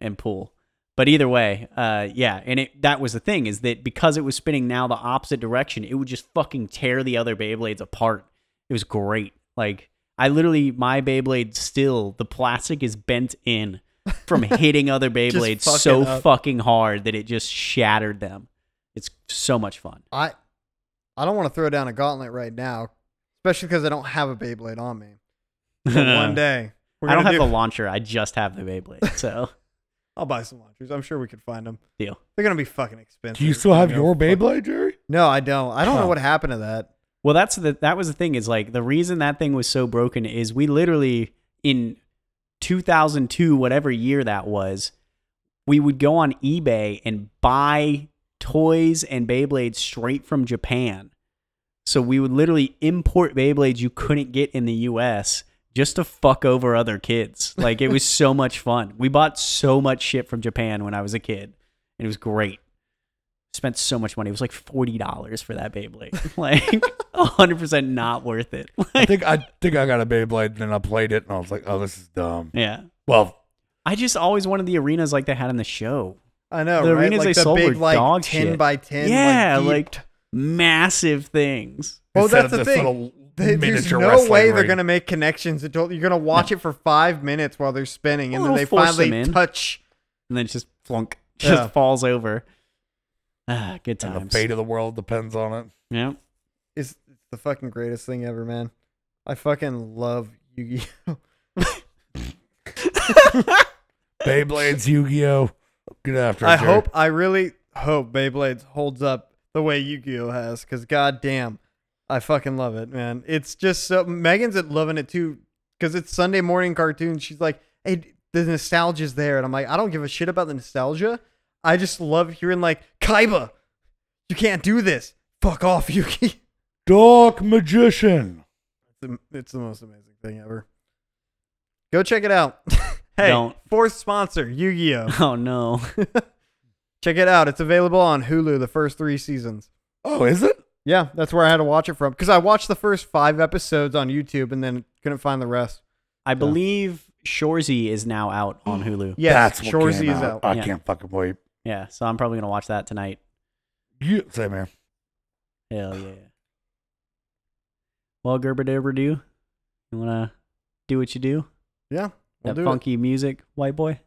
and pull. But either way, uh, yeah, and it that was the thing is that because it was spinning now the opposite direction, it would just fucking tear the other Beyblades apart. It was great. Like I literally, my Beyblade still the plastic is bent in from hitting other Beyblades
fucking
so
up.
fucking hard that it just shattered them. It's so much fun.
I I don't want to throw down a gauntlet right now, especially because I don't have a Beyblade on me. But one day we're
I don't
gonna
have
do-
the launcher. I just have the Beyblade. So
I'll buy some launchers. I'm sure we could find them.
deal.
They're gonna be fucking expensive.
Do you still have
You know,
your
fuck-
Beyblade, Jerry?
No, I don't. I don't
Huh.
know what happened to that.
Well, that's the that was the thing is like the reason that thing was so broken is we literally in 2002 whatever year that was, we would go on eBay and buy toys and Beyblades straight from Japan. So we would literally import Beyblades you couldn't get in the US just to fuck over other kids. Like it was so much fun. We bought so much shit from Japan when I was a kid. and It was great spent so much money. It was like forty dollars for that Beyblade. Like hundred percent not worth it.
I
Like,
think I think I got a Beyblade, and then I played it, and I was like, "Oh, this is dumb."
yeah.
Well,
I just always wanted the arenas like they had in the show.
I know.
The
right?
arenas
like
they
the
sold
big
were
like
dog
ten
shit.
by ten.
yeah,
deep-
like massive things.
Well,
instead
that's
of
the
this
thing.
little
Th- There's
miniature
no
wrestling
way they're
ring.
gonna make connections. Until, you're gonna watch it for five minutes while they're spinning, and
Well,
then they
they'll force them
finally
in.
touch.
And then it just flunk. Just
Yeah.
falls over. Ah, good
And the
times.
fate of the world depends on it.
Yeah.
Is the fucking greatest thing ever, man. I fucking love Yu-Gi-Oh.
Beyblades, Yu-Gi-Oh. Good after. it,
I
Jerry.
hope, I really hope Beyblades holds up the way Yu-Gi-Oh has, because goddamn, I fucking love it, man. It's just so Megan's at loving it too, because it's Sunday morning cartoon. She's like, "Hey, d- the nostalgia's there," and I'm like, "I don't give a shit about the nostalgia. I just love hearing like Kaiba, you can't do this. Fuck off, Yuki."
Dark Magician.
It's the, it's the most amazing thing ever. Go check it out. hey,
Don't.
fourth sponsor, Yu-Gi-Oh.
Oh no.
Check it out. It's available on Hulu, the first three seasons.
Oh, is it?
Yeah, that's where I had to watch it from. Because I watched the first five episodes on YouTube and then couldn't find the rest.
I believe Shorzy is now out on Hulu.
Yes,
what
Shorzy
came
is out.
I
Yeah.
can't fucking wait.
Yeah. So I'm probably gonna watch that tonight.
You same here.
Hell yeah. Well, Gerber Derber do. You wanna do what you do?
Yeah, we'll
that
do
funky music, white boy.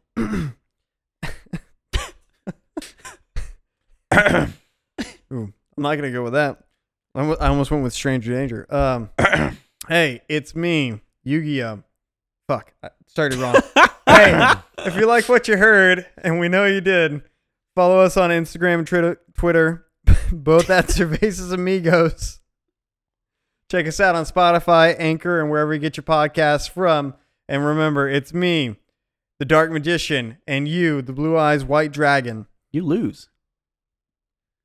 it. Ooh, I'm not going to go with that. I almo- I almost went with Stranger Danger. Um, hey, it's me, Yu Gi Oh! Fuck, I started wrong. hey, if you like what you heard, and we know you did, follow us on Instagram and Twitter, Twitter both at Cervezas Amigos. Check us out on Spotify, Anchor, and wherever you get your podcasts from. And remember, it's me, the Dark Magician, and you, the Blue Eyes White Dragon.
You lose.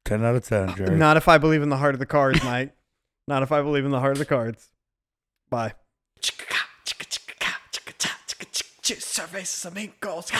10 out of 10, Jerry.
Not if I believe in the heart of the cards, Mike. Not if I believe in the heart of the cards. Bye.
Surveys some ink goals.